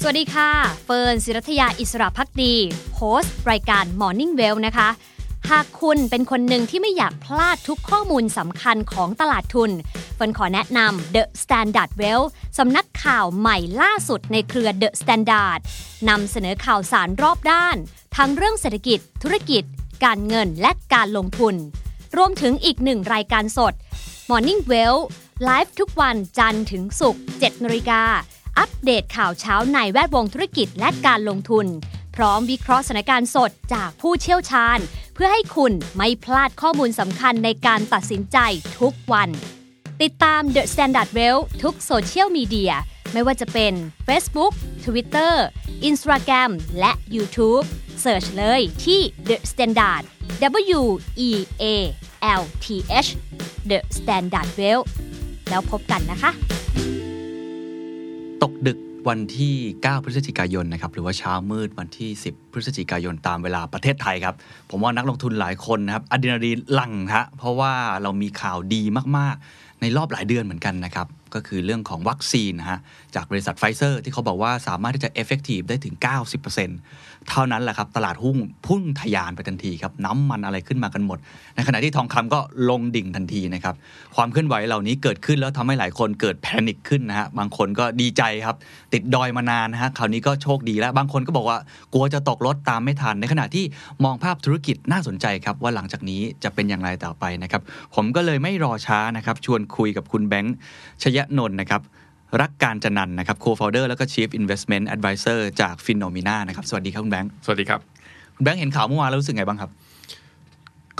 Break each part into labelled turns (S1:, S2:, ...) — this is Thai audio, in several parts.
S1: สวัสดีค่ะ เฟิร์นศิรัทยาอิสระพักดีโฮสต์รายการ Morning Well นะคะ หากคุณเป็นคนหนึ่งที่ไม่อยากพลาดทุกข้อมูลสำคัญของตลาดทุน เฟิร์นขอแนะนำ The Standard Well สำนักข่าวใหม่ล่าสุดในเครือ The Standard นำเสนอข่าวสารรอบด้าน ทั้งเรื่องเศรษฐกิจ ธุรกิจ การเงินและการลงทุน รวมถึงอีกหนึ่งรายการสด Morning Well ไลฟ์ทุกวันจันทร์ถึงศุกร์7นาฬิกา อัปเดตข่าวเช้าในแวดวงธุรกิจและการลงทุน พร้อมวิเคราะห์สถานการณ์สดจากผู้เชี่ยวชาญ เพื่อให้คุณไม่พลาดข้อมูลสำคัญในการตัดสินใจทุกวัน ติดตาม The Standard Well ทุกโซเชียลมีเดียไม่ว่าจะเป็น Facebook, Twitter, Instagram และ YouTube เ e ิร์ชเลยที่ The Standard W E A L T H The Standard Well แล้วพบกันนะคะ
S2: ตกดึกวันที่ 9 พฤศจิกายนนะครับ หรือว่าเช้ามืดวันที่ 10 พฤศจิกายนตามเวลาประเทศไทยครับ ผมว่านักลงทุนหลายคนนะครับอะดรีนาลีนหลั่งฮะเพราะว่าเรามีข่าวดีมาก ๆ ในรอบหลายเดือนเหมือนกันนะครับ ก็คือเรื่องของวัคซีนนะฮะจากบริษัทไฟเซอร์ที่เขาบอกว่าสามารถที่จะ effective ได้ถึง 90%เท่านั้นแหละครับ ตลาดหุ้นพุ่งทะยานไปทันทีครับ น้ำมันอะไรขึ้นมากันหมด ในขณะที่ทองคำก็ลงดิ่งทันทีนะครับ ความเคลื่อนไหวเหล่านี้เกิดขึ้นแล้วทำให้หลายคนเกิดแพนิคขึ้นนะฮะ บางคนก็ดีใจครับ ติดดอยมานานนะฮะ คราวนี้ก็โชคดีแล้ว บางคนก็บอกว่ากลัวจะตกรถตามไม่ทัน ในขณะที่มองภาพธุรกิจน่าสนใจครับว่าหลังจากนี้จะเป็นอย่างไรต่อไปนะครับ ผมก็เลยไม่รอช้านะครับ ชวนคุยกับคุณแบงค์ชยนนท์นะครับ รักการจนันท์นะครับ co-founder แล้วก็ chief investment advisor จาก Finomina นะครับ สวัสดีครับคุณแบงค์
S3: สวัสดีครับ
S2: คุณแบงค์เห็นข่าวเมื่อวานแล้วรู้สึกไงบ้างครับ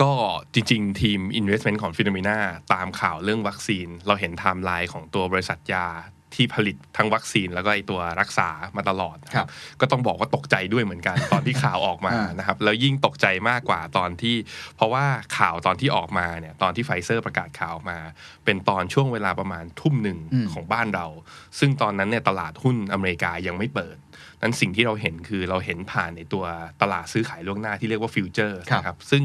S3: ก็จริง ๆ ทีม Investment ของฟิโนเมนาตามข่าวเรื่องวัคซีน เราเห็นไทม์ไลน์ของตัวบริษัทยาที่ผลิตทั้งวัคซีนแล้วก็ไอตัวรักษามาตลอดนะครับ ก็ต้องบอกว่าตกใจด้วยเหมือนกัน ตอนที่ข่าวออกมา
S2: อ่าน
S3: นะครับแล้วยิ่งตกใจมากกว่าตอนที่ เพราะว่าข่าวตอนที่ออกมาเนี่ยตอนที่ไฟเซอร์ประกาศข่าวออกมา เป็นตอนช่วงเวลาประมาณทุ่มหนึ่ง
S2: อืม
S3: ของบ้านเรา ซึ่งตอนนั้นเนี่ยตลาดหุ้นอเมริกายังไม่เปิด นั้นสิ่งที่เราเห็นคือเราเห็นผ่านในตัวตลาดซื้อขายล่วงหน้าที่เรียกว่าฟิวเจอร์
S2: ครับ
S3: นะครับซึ่ง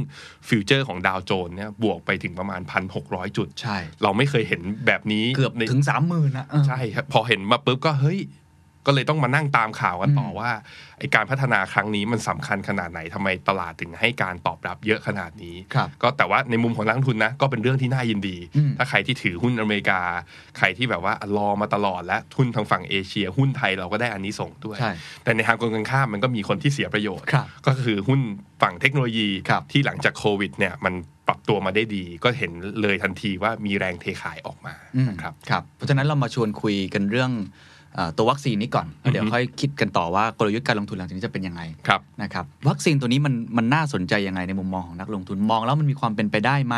S3: ฟิวเจอร์ของดาวโจนส์เนี่ยบวกไปถึงประมาณ 1,600 จุด
S2: ใช่
S3: เราไม่เคยเห็นแบบนี้
S2: เกือบ
S3: ใน
S2: ถึงสามหมื่นนะเออ
S3: ใช่ครับพอเห็นมาปุ๊บก็เฮ้ย ก็เลยต้องมานั่งตามข่าวกันต่อ
S2: อืม
S3: ว่าไอการพัฒนาครั้งนี้มันสำคัญขนาดไหนทำไมตลาดถึงให้การตอบรับเยอะขนาดนี้
S2: ครับ
S3: ก็แต่ว่าในมุมของนักลงทุนนะ ก็เป็นเรื่องที่น่ายินดี
S2: อืม
S3: ถ้าใครที่ถือหุ้นอเมริกา ใครที่แบบว่ารอมาตลอดและทุนทางฝั่งเอเชีย หุ้นไทยเราก็ได้อันนี้ส่งส์ด้วย
S2: ใช่
S3: แต่ในทางตรงกันข้ามมันก็มีคนที่เสียประโยชน์
S2: ครับ
S3: ก็คือหุ้นฝั่งเทคโนโลยี
S2: ครับ
S3: ที่หลังจากโควิดเนี่ยมันปรับตัวมาได้ดี ก็เห็นเลยทันทีว่ามีแรงเทขายออกมา
S2: อืม
S3: นะครับ
S2: ครับเพราะฉะนั้นเรามาชวนคุยกันเรื่องเอ่อตัววัคซีนนี้ก่อนแล้วเดี๋ยว
S3: อือฮึ
S2: ค่อยคิดกันต่อว่ากลยุทธ์การลงทุนหลังจากนี้จะเป็นยังไง
S3: ครับ
S2: นะครับวัคซีนตัวนี้มันมันน่าสนใจยังไงในมุมมองของนักลงทุนมองแล้วมันมีความเป็นไปได้ไหม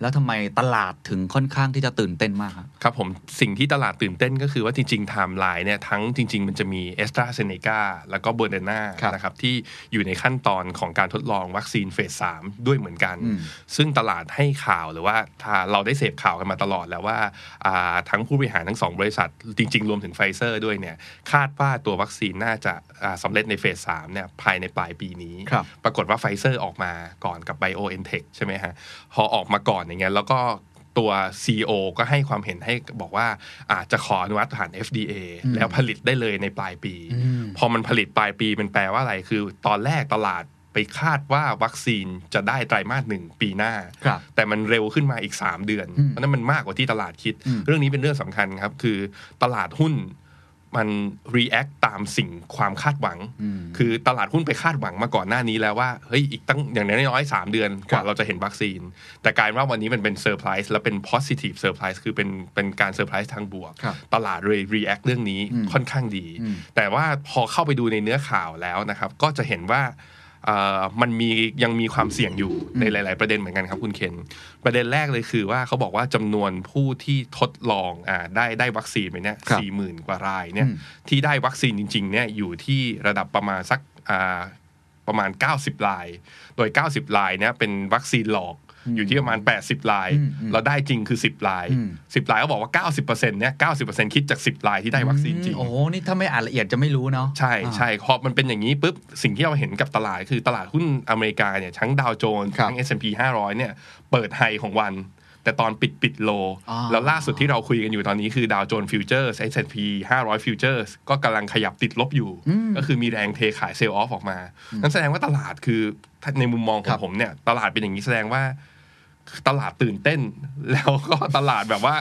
S2: แล้วทำไมตลาดถึงค่อนข้างที่จะตื่นเต้นมากครับ
S3: ครับผมสิ่งที่ตลาดตื่นเต้นก็คือว่าจริงๆไทม์ไลน์เนี่ยทั้งจริง ๆ มันจะมีเอสตราเซเนกาแล้วก็เบอร์เดนา
S2: ครับ
S3: นะครับที่อยู่ในขั้นตอนของการทดลองวัคซีนเฟสสามด้วยเหมือนกัน
S2: อืม
S3: ซึ่งตลาดให้ข่าวหรือว่าถ้าเราได้เสพข่าวกันมาตลอดแล้วว่าอ่าทั้งผู้บริหารทั้งสองบริษัท จริง ๆ รวมถึงไฟเซอร์ด้วยเนี่ยคาดว่าตัววัคซีนน่าจะอ่าสำเร็จในเฟสสามเนี่ยภายในปลายปีนี้
S2: ครับ
S3: ปรากฏว่าไฟเซอร์ออกมาก่อนกับไบโอเอ็นเทคใช่ไหมฮะ พอออกมาก่อนอย่างเงี้ยแล้วก็ตัว CEO ก็ให้ความเห็นให้บอกว่าอาจจะขออนุมัติผ่าน FDA
S2: อืม
S3: แล้วผลิตได้เลยในปลายปี พอมันผลิตปลายปีมันแปลว่าอะไรคือ ตอนแรกตลาดไปคาดว่าวัคซีนจะได้ไตรมาสหนึ่งปีหน้า
S2: ครับ
S3: แต่มันเร็วขึ้นมาอีก 3 เดือน
S2: อืม
S3: เพราะฉะนั้นมันมากกว่าที่ตลาดคิด
S2: อืม
S3: เรื่องนี้เป็นเรื่องสำคัญครับ คือตลาดหุ้นมัน react ตามสิ่งความคาดหวัง
S2: อืม
S3: คือตลาดหุ้นไปคาดหวังมาก่อนหน้านี้แล้วว่า เฮ้ย อีกตั้งอย่างน้อยๆสามเดือน
S2: ค
S3: ก
S2: รั
S3: ว่า
S2: บ
S3: เราจะเห็นวัคซีน แต่กลายเป็นว่าวันนี้มันเป็นเซอร์ไพรส์และเป็น positive surprise คือเป็นเป็นการเซอร์ไพรส์ทางบวก
S2: ครับ
S3: ตลาดเลย react เรื่องนี้
S2: อืม
S3: ค่อนข้างดี
S2: อืม
S3: แต่ว่าพอเข้าไปดูในเนื้อข่าวแล้วนะครับ ก็จะเห็นว่าเอ่อมันมียังมีความเสี่ยงอยู่ในหลาย ๆ ประเด็นเหมือนกันครับคุณเคน ประเด็นแรกเลยคือว่าเขาบอกว่าจำนวนผู้ที่ทดลองอาได้ได้วัคซีนไปเนี่ย
S2: ครับ
S3: สี่หมื่นกว่ารายเนี่ย
S2: อืม
S3: ที่ได้วัคซีนจริง ๆ เนี่ยอยู่ที่ระดับประมาณสักอ่า ประมาณ 90 ลาย โดย 90 ลายเนี่ยเป็นวัคซีนหลอกอยู่ที่ประมาณ 80 ลาย
S2: อืมอืม
S3: เราได้จริงคือ 10 ลาย
S2: อืม
S3: 10 ลายเขาบอกว่า 90%เนี่ย90%คิดจาก 10 ลายที่ได้วัคซีนจริง
S2: โอ้โหนี่ถ้าไม่อ่านละเอียดจะไม่รู้เนาะ
S3: ใช่
S2: อ่า
S3: ใช่พอมันเป็นอย่างนี้ปุ๊บ สิ่งที่เราเห็นกับตลาดคือตลาดหุ้นอเมริกาเนี่ยทั้งดาวโจนส์
S2: ครับ
S3: ทั้ง S&P 500 เนี่ย เปิดไฮของวัน แต่ตอนปิดปิดโล
S2: อ่า
S3: แล้วล่าสุดที่เราคุยกันอยู่ตอนนี้คือดาวโจนส์ฟิวเจอร์ส S&P 500 ฟิวเจอร์สก็กำลังขยับติดลบอยู่ ก็คือมีแรงเทขายเซลล์ออฟออกมา นั่นแสดงว่าตลาดคือถ้าในมุมมองของผมเนี่ย ตลาดเป็นอย่างนี้แสดงว่า ตลาดตื่นเต้น แล้วก็ตลาดแบบว่า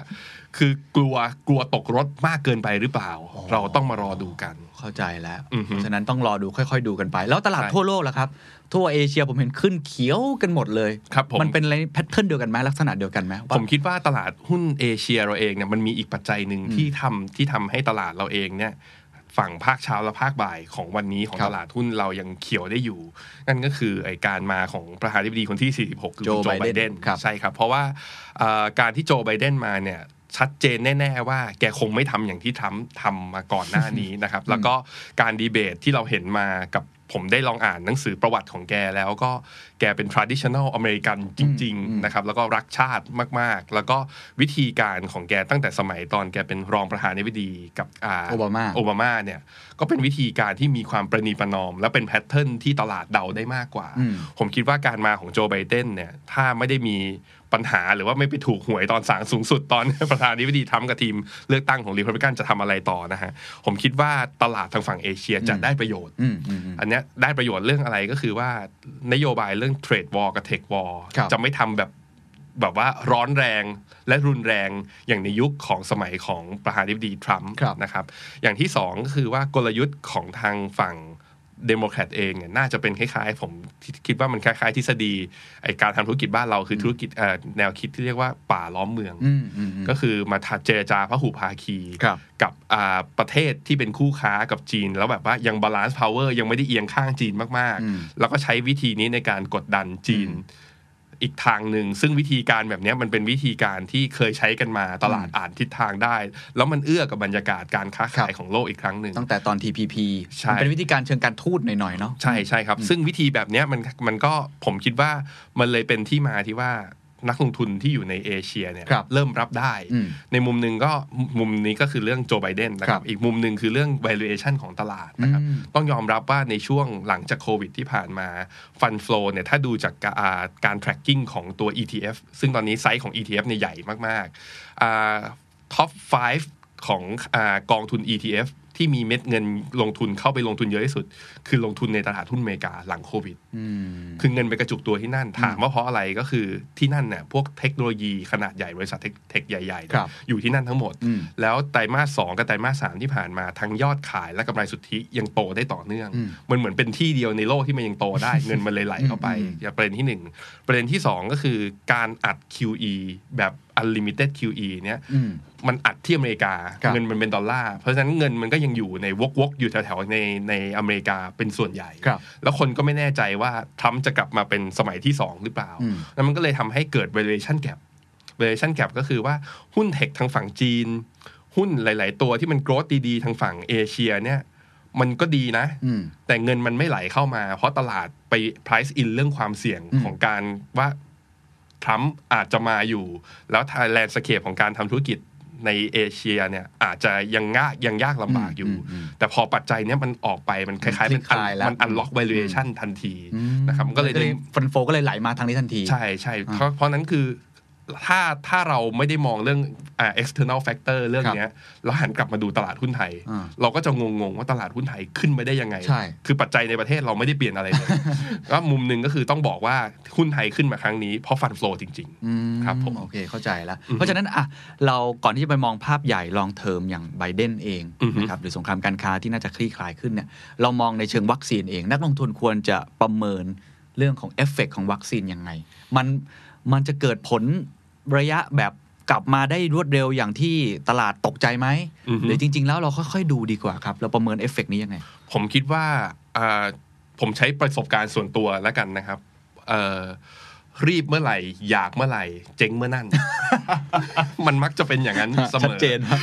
S3: คือกลัวกลัวตกรถมากเกินไปหรือเปล่า เราต้องมารอดูกัน
S2: เข้าใจแล้ว
S3: อือฮึ
S2: เพราะฉะนั้นต้องรอดูค่อยๆดูกันไป แล้วตลาด
S3: ใช่
S2: ทั่วโลกล่ะครับ ทั่วเอเชียผมเห็นขึ้นเขียวกันหมดเลย
S3: ครับผม
S2: นเป็นอะไรแพทเทิร์นเดียวกันไหมลักษณะเดียวกันไหมว่า
S3: ผมคิดว่าตลาดหุ้นเอเชียเราเองเนี่ยมันมีอีกปัจจัยหนึ่งที่ทำที่ทำให้ตลาดเราเองเนี่ยฝั่งภาคเช้าและภาคบ่ายของวันนี้ของ
S2: ครับ
S3: ตลาดหุ้นเรายังเขียวได้อยู่ นั่นก็คือไอการมาของประธานาธิบดีคนที่ 46 คือคุณโจ
S2: Joe
S3: ไบเดน
S2: Biden ครับ
S3: ใช่ครับ เพราะว่าเอ่อการที่โจไบเดนมาเนี่ยชัดเจนแน่ ๆ ว่าแกคงไม่ทำอย่างที่ทรัมป์ทำมาก่อนหน้านี้ นะครับ แล้วก็การดีเบตที่เราเห็นมากับผมได้ลองอ่านหนังสือประวัติของแกแล้วก็แกเป็น traditional American จริง ๆ นะครับ แล้วก็รักชาติมากๆ แล้วก็วิธีการของแกตั้งแต่สมัยตอนแกเป็นรองประธานาธิบดีกับอ่
S2: โอบามา
S3: โอบามาเนี่ยก็เป็นวิธีการที่มีความประนีประนอม และเป็นแพทเทิร์นที่ตลาดเดาได้มากกว่า
S2: อืม
S3: ผมคิดว่าการมาของโจไบเดนเนี่ยถ้าไม่ได้มีปัญหาหรือว่าไม่ไปถูกหวยตอน สางสูงสุดตอน ประธานาธิบดีทรัมป์กับทีมเลือกตั้งของรีพับลิกันจะทำอะไรต่อนะฮะ ผมคิดว่าตลาดทางฝั่งเอเชียจะได้ประโยชน์
S2: อืมอืมอืม
S3: อันเนี้ยได้ประโยชน์เรื่องอะไรก็คือว่านโยบายเรื่องเทรดวอลกับเทควอล
S2: ครับ
S3: จะไม่ทำแบบแบบว่าร้อนแรงและรุนแรงอย่างในยุคของสมัยของประธานาธิบดีทรัมป์
S2: ครับ
S3: นะครับ อย่างที่สองก็คือว่ากลยุทธ์ของทางฝั่งเดโมแครตเองเนี่ยน่าจะเป็นคล้ายๆ ผมคิดว่ามันคล้ายๆทฤษฎีไอการทำธุรกิจบ้านเราคือธุรกิจเอ่อแนวคิดที่เรียกว่าป่าล้อมเมือง
S2: อืมอืมอืม
S3: ก็คือมาทัดเจรจาพหุภาคี
S2: ครับ
S3: กับอ่าประเทศที่เป็นคู่ค้ากับจีน แล้วแบบว่ายังบาลานซ์พาวเวอร์ยังไม่ได้เอียงข้างจีนมาก
S2: อืม
S3: ๆ แล้วก็ใช้วิธีนี้ในการกดดันจีน อีกทางหนึ่ง ซึ่งวิธีการแบบเนี้ยมันเป็นวิธีการที่เคยใช้กันมาตลาดอ่านทิศทางได้ แล้วมันเอื้อกับบรรยากาศการค้าขายของโลกอีกครั้งหนึ่ง
S2: ตั้งแต่ตอน TPP
S3: ใช่
S2: มันเป็นวิธีการเชิงการทูตหน่อยๆเนาะ
S3: ใช่ใช่ครับ ซึ่งวิธีแบบเนี้ยมันมันก็ผมคิดว่ามันเลยเป็นที่มาที่ว่านักลงทุนที่อยู่ในเอเชียเนี่ย
S2: ครับ
S3: เริ่มรับได้
S2: อืม
S3: ในมุมหนึ่งก็มุมนี้ก็คือเรื่องโจไบเดนนะค
S2: ครั
S3: รับบ อีกมุมหนึ่งคือเรื่อง valuation ของตลาดนะครับ
S2: อืม
S3: ต้องยอมรับว่าในช่วงหลังจากโควิดที่ผ่านมาฟันฟลูเนี่ยถ้าดูจากกาอ่าการ tracking ของตัว ETF ซึ่งตอนนี้ไซส์ของ ETF เนี่ยใหญ่มากๆอ่า ท็อป 5 ของอากองทุน ETF ที่มีเม็ดเงินลงทุนเข้าไปลงทุนเยอะที่สุด คือลงทุนในตลาดหุ้นอเมริกาหลังโควิด คือเงินไปกระจุกตัวที่นั่น ถามว่าเพราะอะไรก็คือที่นั่นเนี่ยพวกเทคโนโลยีขนาดใหญ่บริษัทเทคเทคใหญ่
S2: ค
S3: ๆเนี่
S2: รั
S3: ย
S2: บ
S3: อยู่ที่นั่นทั้งหมด
S2: อืม
S3: แล้วไตรมาสสองกับไตรมาสสามที่ผ่านมาทั้งยอดขายและกำไรสุทธิยังโตได้ต่อเนื่อง
S2: อืม
S3: มันเหมือนเป็นที่เดียวในโลกที่มันยังโตได้ เงินมันเลยไหลเข้าไปอย่าประเด็นที่หนึ่งประเด็นที่สองก็คือการอัด QE แบบ unlimited QE เนี่ย
S2: อืม
S3: มันอัดที่อเมริกา
S2: ครับ
S3: เงินมันเป็นดอลลาร์ เพราะฉะนั้นเงินมันก็ยังอยู่ในวกวกๆอยู่แถวๆในในอเมริกาเป็นส่วนใหญ่
S2: ครับ
S3: แล้วคนก็ไม่แน่ใจว่าทรัมป์จะกลับมาเป็นสมัยที่ 2 หรือเปล่า
S2: อืม
S3: แล้วมันก็เลยทำให้เกิด valuation gap valuation gap ก็คือว่าหุ้นเทคทางฝั่งจีน หุ้นหลาย ๆ ตัวที่มัน growth ดีๆ ทางฝั่งเอเชียเนี่ยมันก็ดีนะ
S2: อืม
S3: แต่เงินมันไม่ไหลเข้ามา เพราะตลาดไป price in เรื่องความเสี่ยง
S2: อืม
S3: ของการว่า ทรัมป์อาจจะมาอยู่ แล้วทายแลนด์สเคปของการทำธุรกิจในเอเชียเนี่ยอาจจะยังง่ายยังยากลำบากอยู่
S2: อืมอืม
S3: แต่พอปัจจัยเนี้ยมันออกไปมันคล้ายๆ
S2: คลี่
S3: มัน
S2: คลายแล้ว
S3: มันอันล็อก valuation ทันทีนะครับมันก็เลย
S2: ก็
S3: ดึ
S2: เลย
S3: ง
S2: ฟันโฟก็เลยไหลมาทางนี้ทันที
S3: ใช่ใช่
S2: อ่า
S3: เพราะเพราะนั้นคือถ้าถ้าเราไม่ได้มองเรื่องอ่า external factor เรื่อง
S2: ครับ
S3: เนี้ยแล้วหันกลับมาดูตลาดหุ้นไทย
S2: อ่า
S3: เราก็จะงงๆว่าตลาดหุ้นไทยขึ้นไม่ได้ยังไง
S2: ใช่
S3: คือปัจจัยในประเทศเราไม่ได้เปลี่ยนอะไรเลย ก็มุมหนึ่งก็คือต้องบอกว่าหุ้นไทยขึ้นมาครั้งนี้เพราะฟันโฟจริง
S2: อืม
S3: ครับผม
S2: โอเคเข้าใจแล้ว
S3: อือฮึ
S2: เพราะฉะนั้นอ่ะเราก่อนที่จะไปมองภาพใหญ่ลองเทอมอย่างไบเดนเอง
S3: อือฮึ
S2: นะครับหรือสงครามการค้าที่น่าจะคลี่คลายขึ้นเนี่ยเรามองในเชิงวัคซีนเอง นักลงทุนควรจะประเมินเรื่องของเอฟเฟกของวัคซีนยังไง มันมันจะเกิดผลระยะแบบกลับมาได้รวดเร็วอย่างที่ตลาดตกใจไหม
S3: อือฮึ
S2: หรือจริง ๆ แล้วเราค่อยๆดูดีกว่าครับเราประเมินเอฟเฟกนี้ยังไง
S3: ๆ ผมคิดว่าอ่าผมใช้ประสบการณ์ส่วนตัวแล้วกันนะครับเอ่อ รีบเมื่อไหร่ อยากเมื่อไหร่ เจ๊งเมื่อนั่น มันมักจะเป็นอย่างนั้นเสมอ
S2: ชัดเจนครับ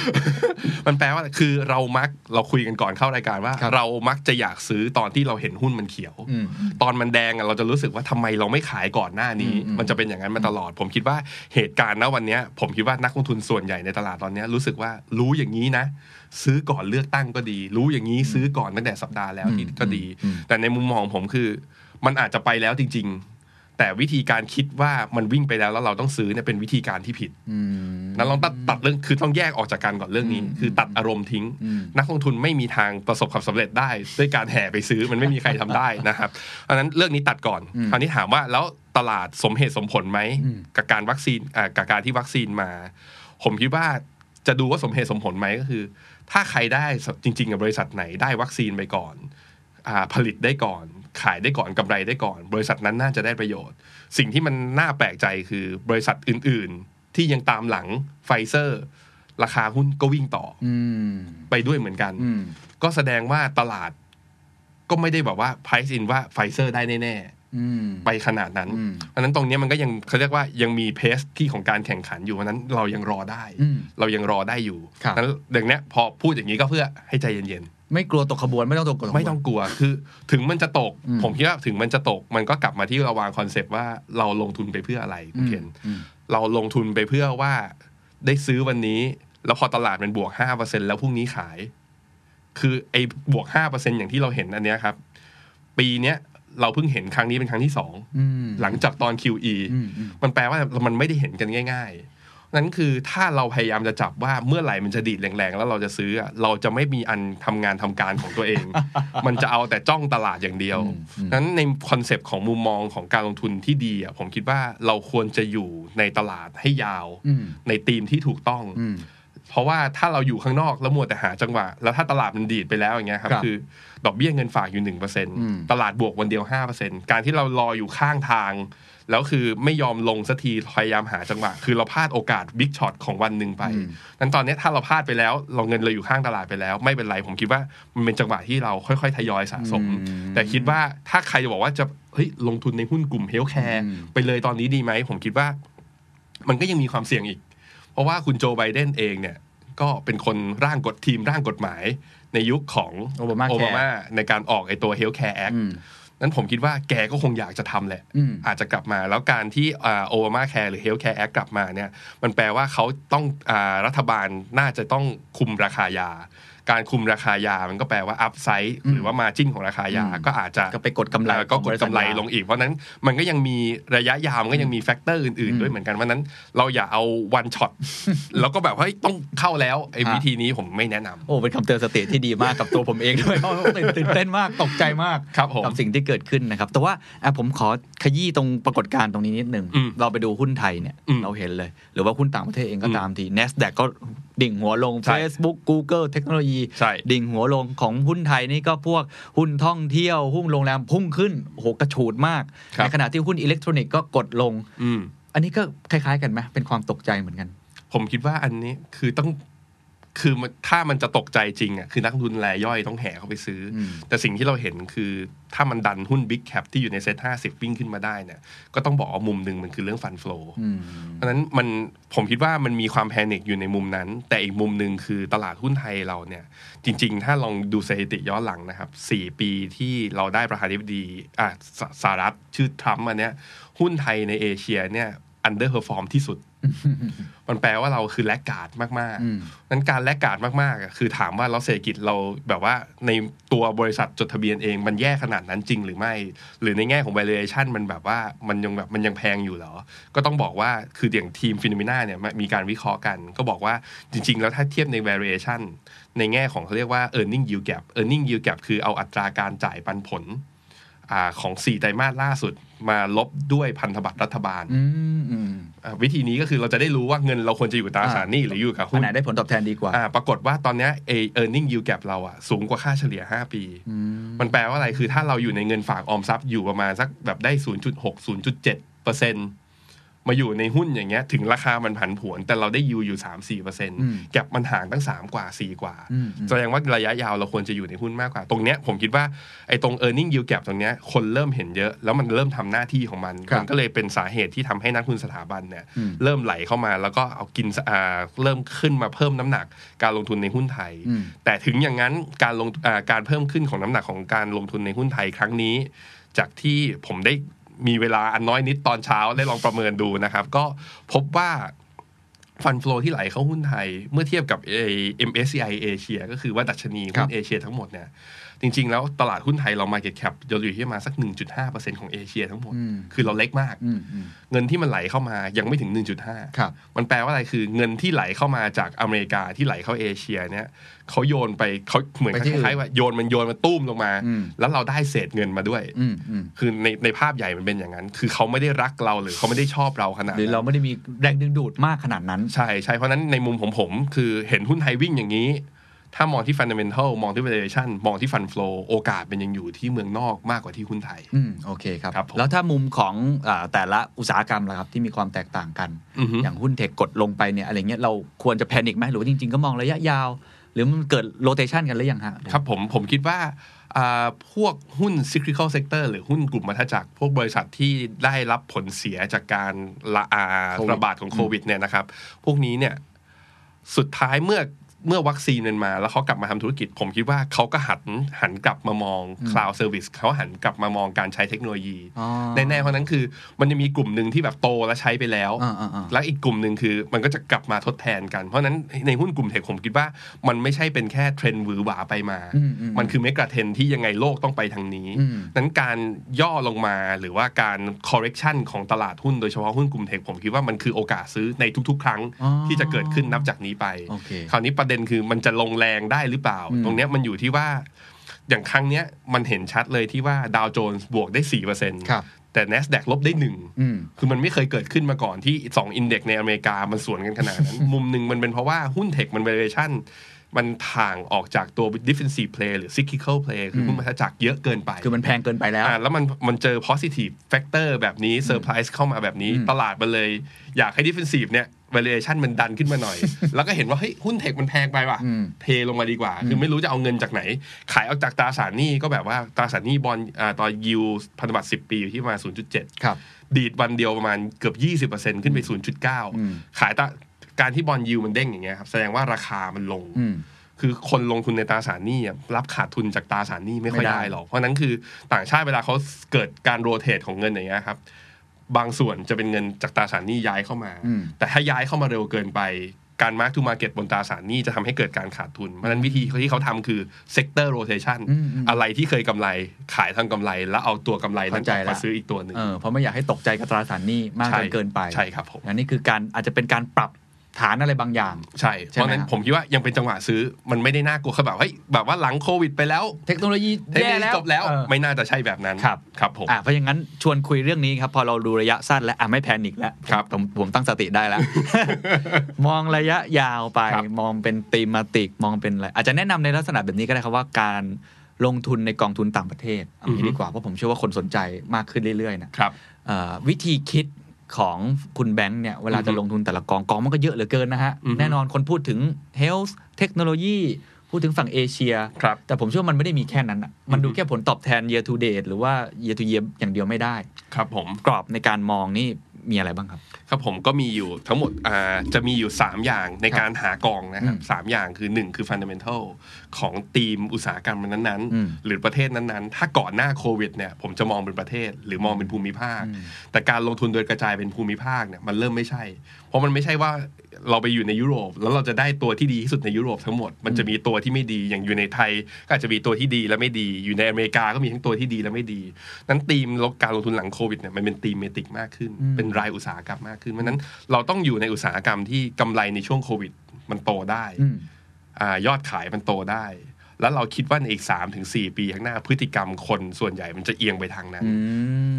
S3: มันแปลว่าอะไรคือเรามักเราคุยกันก่อนเข้ารายการว่า
S2: ครับ
S3: เรามักจะอยากซื้อตอนที่เราเห็นหุ้นมันเขียว
S2: อืม
S3: ตอนมันแดงอะเราจะรู้สึกว่าทำไมเราไม่ขายก่อนหน้านี้
S2: อืม
S3: มันจะเป็นอย่างนั้นมาตลอด ผมคิดว่าเหตุการณ์ณวันเนี้ย ผมคิดว่านักลงทุนส่วนใหญ่ในตลาดตอนเนี้ยรู้สึกว่ารู้อย่างนี้นะ ซื้อก่อนเลือกตั้งก็ดี รู้อย่างนี้ซื้อก่อนตั้งแต่สัปดาห์แล้วที่ก็ดี แต่ในมุมมองของผมคือ มันอาจจะไปแล้วจริง ๆ แต่วิธีการคิดว่ามันวิ่งไปแล้วแล้วเราต้องซื้อเนี่ยเป็นวิธีการที่ผิด
S2: อืม
S3: นั้นลองตัดตัดเรื่องคือต้องแยกออกจากกันก่อนเรื่องนี้ คือตัดอารมณ์ทิ้ง
S2: อืม
S3: นักลงทุนไม่มีทางประสบความสำเร็จได้ ด้วยการแห่ไปซื้อมันไม่มีใครทำได้ นะครับอันนั้นเรื่องนี้ตัดก่อนคราวนี้ถามว่าแล้วตลาดสมเหตุสมผลไหมกับการวัคซีนอ่ากับการที่วัคซีนมา ผมคิดว่าจะดูว่าสมเหตุสมผลไหมก็คือ ถ้าใครได้จริงๆกับบริษัทไหนได้วัคซีนไปก่อนอ่าผลิตได้ก่อน ขายได้ก่อนกำไรได้ก่อน บริษัทนั้นน่าจะได้ประโยชน์ สิ่งที่มันน่าแปลกใจคือบริษัทอื่น ๆ ที่ยังตามหลังไฟเซอร์ ราคาหุ้นก็วิ่งต่ออ
S2: อืม
S3: ไปด้วยเหมือนกัน
S2: อืม
S3: ก็แสดงว่าตลาดก็ไม่ได้แบบว่า price in ว่าไฟเซอร์ได้แน่
S2: อืม
S3: ๆ ไปขนาดนั้น
S2: อืม
S3: อันนั้นตรงเนี้ยมันก็ยังเขาเรียกว่ายังมีเพสที่ของการแข่งขันอยู่วันนั้นเรายังรอได้
S2: อืม
S3: เรายังรอได้อยู่
S2: ครับ
S3: นั้นเรื่องเนี้ยพอพูดอย่างนี้ก็เพื่อให้ใจเย็นๆ
S2: ไม่กลัวตกขบวนไม่ต้องตกขบวน
S3: ไม่ต้องกลัว คือถึงมันจะตก
S2: อืม
S3: ผมคิดว่าถึงมันจะตก มันก็กลับมาที่เราวางคอนเซปต์ว่าเราลงทุนไปเพื่ออะไรคุณเคน
S2: อืม
S3: เราลงทุนไปเพื่อว่าได้ซื้อวันนี้ แล้วพอตลาดมันบวก 5%แล้วพรุ่งนี้ขาย คือไอ้บวก 5%อย่างที่เราเห็นอันเนี้ยครับ ปีเนี้ยเราเพิ่งเห็นครั้งนี้เป็นครั้งที่สอง
S2: อืม
S3: หลังจากตอน QE
S2: อืมอืม
S3: มันแปลว่ามันไม่ได้เห็นกันง่าย ๆ นั้นคือถ้าเราพยายามจะจับว่าเมื่อไหร่มันจะดีดแรงๆ แล้วเราจะซื้ออะเราจะไม่มีอันทำงานทำการของตัวเอง มันจะเอาแต่จ้องตลาดอย่างเดียว นั้นในคอนเซปต์ของมุมมองของการลงทุนที่ดีอะผมคิดว่าเราควรจะอยู่ในตลาดให้ยาว
S2: อืม
S3: ในธีมที่ถูกต้อง
S2: อืม
S3: เพราะว่าถ้าเราอยู่ข้างนอกแล้วมัวแต่หาจังหวะ แล้วถ้าตลาดมันดีดไปแล้วอย่างเงี้ยครับ
S2: ครับ
S3: คือดอกเบี้ยเงินฝากอยู่หนึ่งเปอร์เซ็น
S2: ม
S3: ตลาดบวกวันเดียวห้าเปอร์เซ็นการที่เรารออยู่ข้างทาง แล้วคือไม่ยอมลงสักทีพยายามหาจังหวะ คือเราพลาดโอกาสบิ๊กช็อตของวันหนึ่งไปนั้นตอนเนี้ยถ้าเราพลาดไปแล้ว เราเงินเราอยู่ข้างตลาดไปแล้ว ไม่เป็นไรผมคิดว่ามันเป็นจังหวะที่เราค่อยๆทยอยสะสม แต่คิดว่าถ้าใครจะบอกว่าจะเฮ้ยลงทุนในหุ้นกลุ่มเฮลท์แคร์ไปเลยตอนนี้ดีไหมผมคิดว่า มันก็ยังมีความเสี่ยงอีก เพราะว่าคุณโจไบเดนเองเนี่ย ก็เป็นคนร่างกฎทีมร่างกฎหมายในยุคของ
S2: Obamacare
S3: โอบามาในการออกไอตัว Healthcare Act
S2: อืม
S3: นั้นผมคิดว่าแกก็คงอยากจะทำแหละ
S2: อืม
S3: อาจจะกลับมาแล้วการที่โอบามาแคร์หรือ Healthcare Act กลับมาเนี่ย มันแปลว่าเขาต้องอารัฐบาลน่าจะต้องคุมราคายา การคุมราคายามันก็แปลว่าอัพไซด์หรือว่ามาจิ้นของราคายาก็อาจจะ
S2: ก็ไปกดกำไร
S3: เอ่อก็กดกำไรลงอีกเพราะฉะนั้นมันก็ยังมีระยะยาวมันก็ยังมีแฟกเตอร์อื่น ๆ ด้วยเหมือนกันเพราะฉะนั้นเราอย่าเอาวันช็อต แล้วก็แบบเฮ้ยต้องเข้าแล้วไอ้วิธีนี้ผมไม่แนะนำ
S2: โอ้เป็นคำเตือนสติที่ดีมากกับ ตัวผมเองด้วยเพราะว่าตื่นตื่นเต้นมากตกใจมาก
S3: ครับผม
S2: กับสิ่งที่เกิดขึ้นนะครับ แต่ว่าอ่ะผมขอขยี้ตรงปรากฏการณ์ตรงนี้นิดหนึ่ง
S3: อืม
S2: เราไปดูหุ้นไทยเนี่ย
S3: อืม
S2: เราเห็นเลย หรือว่าหุ้นต่างประเทศเองก็ตามที NASDAQ ก็ดิ่งหัวลง
S3: ใช่
S2: Facebook Google เทคโนโลยี
S3: ใช่
S2: ดิ่งหัวลงของหุ้นไทยนี่ก็พวกหุ้นท่องเที่ยวหุ้นโรงแรมพุ่งขึ้นโอ้โหกระฉูดมาก
S3: ครับ
S2: ในขณะที่หุ้นอิเล็กทรอนิกส์ก็กดลง
S3: อืม
S2: อันนี้ก็คล้าย ๆ กันไหมเป็นความตกใจเหมือนกัน
S3: ผมคิดว่าอันนี้คือต้องคือมันถ้ามันจะตกใจจริงอ่ะคือนักลงทุนรายย่อยต้องแห่เข้าไปซื้ออ
S2: ม
S3: แต่สิ่งที่เราเห็นคือถ้ามันดันหุ้นบิ๊กแคปที่อยู่ในเซ็ตห้าสิบวิ่งขึ้นมาได้เนี่ยก็ต้องบอกว่ามุมหนึ่งมันคือเรื่องฟันฟลู
S2: อืม
S3: เพราะฉะนั้นมันผมคิดว่ามันมีความแพนิคอยู่ในมุมนั้น แต่อีกมุมหนึ่งคือตลาดหุ้นไทยเราเนี่ย จริง ๆ ถ้าลองดูสถิติย้อนหลังนะครับ 4 ปีที่เราได้ประธานาธิบดีอ่ะสสหรัฐชื่อทรัมป์อันเนี้ยหุ้นไทยในเอเชียเนี่ยอันเดอร์เพอร์ฟอร์มที่สุด มันแปลว่าเราคือแลกการ์ดมาก
S2: อืม
S3: ๆนั้นการแลกการ์ดมากๆอ่ะคือถามว่าเราเศรษฐกิจเราแบบว่าในตัวบริษัทจดทะเบียนเองมันแย่ขนาดนั้นจริงหรือไม่ หรือในแง่ของ valuation มันแบบว่ามันยังแบบมันยังแพงอยู่เหรอ ก็ต้องบอกว่าคืออย่างทีมฟิโนเมนาเนี่ยมีการวิเคราะห์กัน ก็บอกว่าจริง ๆ แล้วถ้าเทียบใน valuation ในแง่ของเขาเรียกว่า earning yield gap earning yield gap คือเอาอัตราการจ่ายปันผลอาของ 4 ไตรมาสล่าสุดมาลบด้วยพันธบัตรรัฐบาล
S2: อืมอืม
S3: อ่ะวิธีนี้ก็คือเราจะได้รู้ว่าเงินเราควรจะอยู่กับตราสารหนี้หรืออยู่กับ
S2: อัน
S3: หุ้น
S2: ไหนได้ผลตอบแทนดีกว่า
S3: อ่ะปรากฏว่าตอนเนี้เอเออร์เน็งยิวแกรเราอ่ะสูงกว่าค่าเฉลี่ย 5 ปี มันแปลว่าอะไรคือถ้าเราอยู่ในเงินฝากออมทรัพย์อยู่ประมาณสักแบบได้ 0 6 0 7เปอร์เซ็นต์ มาอยู่ในหุ้นอย่างเงี้ยถึงราคามันผันผวน แต่เราได้ยูอยู่สามสี่เปอร์เซ็นต์
S2: อืม
S3: แกบมันห่างตั้งสามกว่าสี่กว่า
S2: อืมอืม
S3: แสดงว่าระยะยาวเราควรจะอยู่ในหุ้นมากกว่า ตรงเนี้ยผมคิดว่าไอ้ตรง e a r n i n g yield gap ตรงเนี้ยคนเริ่มเห็นเยอะ แล้วมันเริ่มทำหน้าที่ของมัน
S2: ครับ
S3: มัก็เลยเป็นสาเหตุที่ทำให้นักทุนสถาบันเนี่ย
S2: อืม
S3: เริ่มไหลเข้ามาแล้วก็เอากินอ่าเริ่มขึ้นมาเพิ่มน้ำหนักการลงทุนในหุ้นไทย
S2: อืม
S3: แต่ถึงอย่างนั้นการลงอ่าการเพิ่มขึ้นของน้ำหนักของการลงทุนในหุ้นไทยครั้งนี้ จากที่ผมได้มีเวลาอันน้อยนิดตอนเช้าได้ลองประเมินดูนะครับ ก็พบว่า ฟันฟลอที่ไหลเข้าหุ้นไทย เมื่อเทียบกับเอ่อ MSCI เอเชียก็คือว่าดัชนี
S2: ครับ
S3: หุ้นเอเชียทั้งหมดเนี่ยจริง ๆ แล้วตลาดหุ้นไทยเรา Market Cap จะอยู่ที่ประมาณสัก 1.5%ของเอเชียทั้งหมด
S2: อืม
S3: คือเราเล็กมาก
S2: อืมอืม
S3: เงินที่มันไหลเข้ามายังไม่ถึง 1.5
S2: ครับ
S3: มันแปลว่าอะไรคือเงินที่ไหลเข้ามาจากอเมริกาที่ไหลเข้าเอเชียเนี่ยเขาโยนไปเขาเหมือน
S2: ไป
S3: ค
S2: ที่อื่น
S3: ล้ายๆว่าโยนมันโยนมันตุ้มลงมา
S2: อืม
S3: แล้วเราได้เศษเงินมาด้วย
S2: อืมอืม
S3: คือในในภาพใหญ่มันเป็นอย่างนั้น คือเขาไม่ได้รักเราหรือเขาไม่ได้ชอบเราขนาด
S2: หรือ
S3: นั้น
S2: เราไม่ได้มีแรงดึงดูดมากขนาดนั้น
S3: ใช่ใช่เพราะฉะนั้นในมุมของผมคือเห็นหุ้นไทยวิ่งอย่างนี้ ถ้ามองที่ fundamental มองที่ valuation มองที่ fund flow โอกาสเป็นยังอยู่ที่เมืองนอกมากกว่าที่หุ้นไทย
S2: อืมโอเคครับ
S3: ครับผม
S2: แล้วถ้ามุมของอาแต่ละอุตสาหกรรมล่ะครับที่มีความแตกต่างกัน
S3: อือฮึ
S2: อย่างหุ้นเทคกดลงไปเนี่ยอะไรเงี้ยเราควรจะแพนิคไหมหรือว่าจริง ๆ ก็มองระยะยาว หรือมันเกิดโรเตชันกันหรือยังฮะ
S3: ครับผมผมคิดว่าอ่าพวกหุ้น cyclical sector หรือหุ้นกลุ่มวัฏจักร พวกบริษัทที่ได้รับผลเสียจากการละอา
S2: โควิด
S3: ระบาดของโควิดเนี่ยนะครับ พวกนี้เนี่ยสุดท้ายเมื่อเมื่อวัคซีนมันมา แล้วเขากลับมาทำธุรกิจ ผมคิดว่าเขาก็หันหันกลับมามอง cloud service เขาหันกลับมามองการใช้เทคโนโลยี
S2: อ๋อ
S3: แน่ๆเพราะนั้นคือมันจะมีกลุ่มหนึ่งที่แบบโตและใช้ไปแล้ว
S2: อ่าๆๆ
S3: แล้วอีกกลุ่มหนึ่งคือมันก็จะกลับมาทดแทนกัน เพราะฉะนั้นในหุ้นกลุ่มเทคผมคิดว่ามันไม่ใช่เป็นแค่เทรนด์หวือหวาไปมา
S2: อืมๆ
S3: มันคือเมกะเทรนด์ที่ยังไงโลกต้องไปทางนี้
S2: อืม
S3: นั้นการย่อลงมาหรือว่าการ correction ของตลาดหุ้นโดยเฉพาะหุ้นกลุ่มเทคผมคิดว่ามันคือโอกาสซื้อในทุกๆ ครั้ง
S2: อ๋อ
S3: ที่จะเกิดขึ้นนับจากนี้ไป
S2: โอเค
S3: คราวนี้ประเด็นคือมันจะลงแรงได้หรือเปล่า
S2: อืม
S3: ตรงเนี้ยมันอยู่ที่ว่าอย่างครั้งเนี้ยมันเห็นชัดเลยที่ว่าดาวโจนส์บวกได้4%เปอร์เซ็นต์
S2: ครับ
S3: แต่ NASDAQ ลบได้หนึ่ง
S2: อืม
S3: คือมันไม่เคยเกิดขึ้นมาก่อนที่2อินเด็กในอเมริกา มันสวนกันขนาด นั้น มุมหนึ่งมันเป็นเพราะว่าหุ้นเทคมัน valuation มันถ่างออกจากตัว defensive play หรือ cyclical play คืออ
S2: ม
S3: หุ้นพัฒจักรเยอะเกินไป
S2: คือมันแพงเกินไปแล้ว
S3: อ่าแล้วมันมันเจอ positive factor แบบนี้ surprise เข้ามาแบบนี้
S2: อืม
S3: ตลาดมันเลย อยากให้ defensive เนี่ย valuation มันดันขึ้นมา หน่อย แล้วก็เห็นว่าเฮ้ยหุ้นเทคมันแพงไปว่ะ
S2: อืม
S3: เทลงมาดีกว่า คือไม่รู้จะเอาเงินจากไหน ขายออกจากตราสารหนี้ก็แบบว่าตราสารหนี้บอลอ่าตอนยิวพันธบัตร10 ปีอยู่ที่ประมาณ0.7
S2: ครับ
S3: ดีดวันเดียวประมาณเกือบ 20%ขึ้นไป
S2: อืม
S3: 0.9 ขายตะการที่บอลยูมันเด้งอย่างเงี้ยครับแสดงว่าราคามันลง
S2: อืม
S3: คือคนลงทุนในตราสารหนี้อะรับขาดทุนจากตราสารหนี้ไม่ค่อย
S2: ไม่ได้
S3: ได้หรอก เพราะนั้นคือต่างชาติเวลาเขาเกิดการโรเตทของเงินอย่างเงี้ยครับ บางส่วนจะเป็นเงินจากตราสารหนี้ย้ายเข้ามา
S2: อืม
S3: แต่ถ้าย้ายเข้ามาเร็วเกินไป การมาร์กทูมาเก็ตบนตราสารหนี้จะทำให้เกิดการขาดทุน เพราะฉะนั้นวิธีที่เขาทำคือ sector rotation
S2: อืมอืม
S3: อะไรที่เคยกำไรขายทางกำไร แล้วเอาตัวกำไรนั้น
S2: เข้าใจ
S3: ออก
S2: ละ
S3: มาซื้ออีกตัวหนึ่ง
S2: เออเพราะไม่อยากให้ตกใจกับตราสารหนี้มากจนเกินไป
S3: ใช่ครับผม
S2: อันนี้คือการอาจจะเป็นการปรับฐานอะไรบางอย่าง
S3: ใช่
S2: ใช่ไหม
S3: เพราะฉะนั้น
S2: ครับ
S3: ผมคิดว่ายังเป็นจังหวะซื้อ มันไม่ได้น่ากลัวคือแบบเฮ้ยแบบว่าหลังโควิดไปแล้ว
S2: เทคโนโลยี
S3: เทคโน
S2: แย่
S3: โลยี
S2: แล้ว
S3: จบแล้ว
S2: เออ
S3: ไม่น่าจะใช่แบบนั้น
S2: ครับ
S3: ครับผม
S2: อ่ะเพราะอย่างนั้นชวนคุยเรื่องนี้ครับ พอเราดูระยะสั้นและอ่ะไม่แพนิคแล้ว
S3: ครับ
S2: ผมผมตั้งสติได้ แล้ว มองระยะยาวไป
S3: ครับ
S2: มองเป็นตีมาติกมองเป็นอะไร อาจจะแนะนำในลักษณะแบบนี้ก็ได้ครับว่าการลงทุนในกองทุนต่างประเทศเอาอย่าง
S3: อือฮึ
S2: นี้ดีกว่าเพราะผมเชื่อว่าคนสนใจมากขึ้นเรื่อยๆนะครับ เอ่อวิธีคิดของคุณแบงค์เนี่ยเวลา
S3: อือฮึ
S2: จะลงทุนแต่ละกองกองมันก็เยอะเหลือเกินนะฮะ
S3: อือฮึ
S2: แน่นอนคนพูดถึง health เทคโนโลยีพูดถึงฝั่งเอเชีย
S3: ครับ
S2: แต่ผมเชื่อว่ามันไม่ได้มีแค่นั้นน่ะมันดูแค่ผลตอบแทน year to date หรือว่า year to year อย่างเดียวไม่ได้
S3: ครับผม
S2: กรอบในการมองนี่มีอะไรบ้างครับ
S3: ครับผมก็มีอยู่ทั้งหมดอ่าจะมีอยู่ 3 อย่างใน
S2: ครับ
S3: การหากองนะครับ
S2: อืม
S3: สามอย่างคือ 1 คือ fundamental ของทีมอุตสาหกรรมนั้น
S2: อืม
S3: ๆ หรือประเทศนั้นๆ ถ้าก่อนหน้าโควิดเนี่ยผมจะมองเป็นประเทศหรือมองเป็นภูมิภาค
S2: อืม
S3: แต่การลงทุนโดยกระจายเป็นภูมิภาคเนี่ยมันเริ่มไม่ใช่ เพราะมันไม่ใช่ว่าเราไปอยู่ในยุโรป แล้วเราจะได้ตัวที่ดีที่สุดในยุโรปทั้งหมด มันจะมีตัวที่ไม่ดีอย่างอยู่ในไทย ก็อาจจะมีตัวที่ดีและไม่ดี อยู่ในอเมริกาก็มีทั้งตัวที่ดีและไม่ดี นั้นธีมลดการลงทุนหลังโควิดเนี่ยมันเป็นธีมเมติกมากขึ้น
S2: อืม
S3: เป็นรายอุตสาหกรรมมากขึ้นเพราะฉะนั้นเราต้องอยู่ในอุตสาหกรรมที่กำไรในช่วงโควิด มันโตได้
S2: อืม
S3: อายอดขายมันโตได้ แล้วเราคิดว่าในอีก 3-4 ปีข้างหน้าพฤติกรรมคนส่วนใหญ่มันจะเอียงไปทางนั้น
S2: อื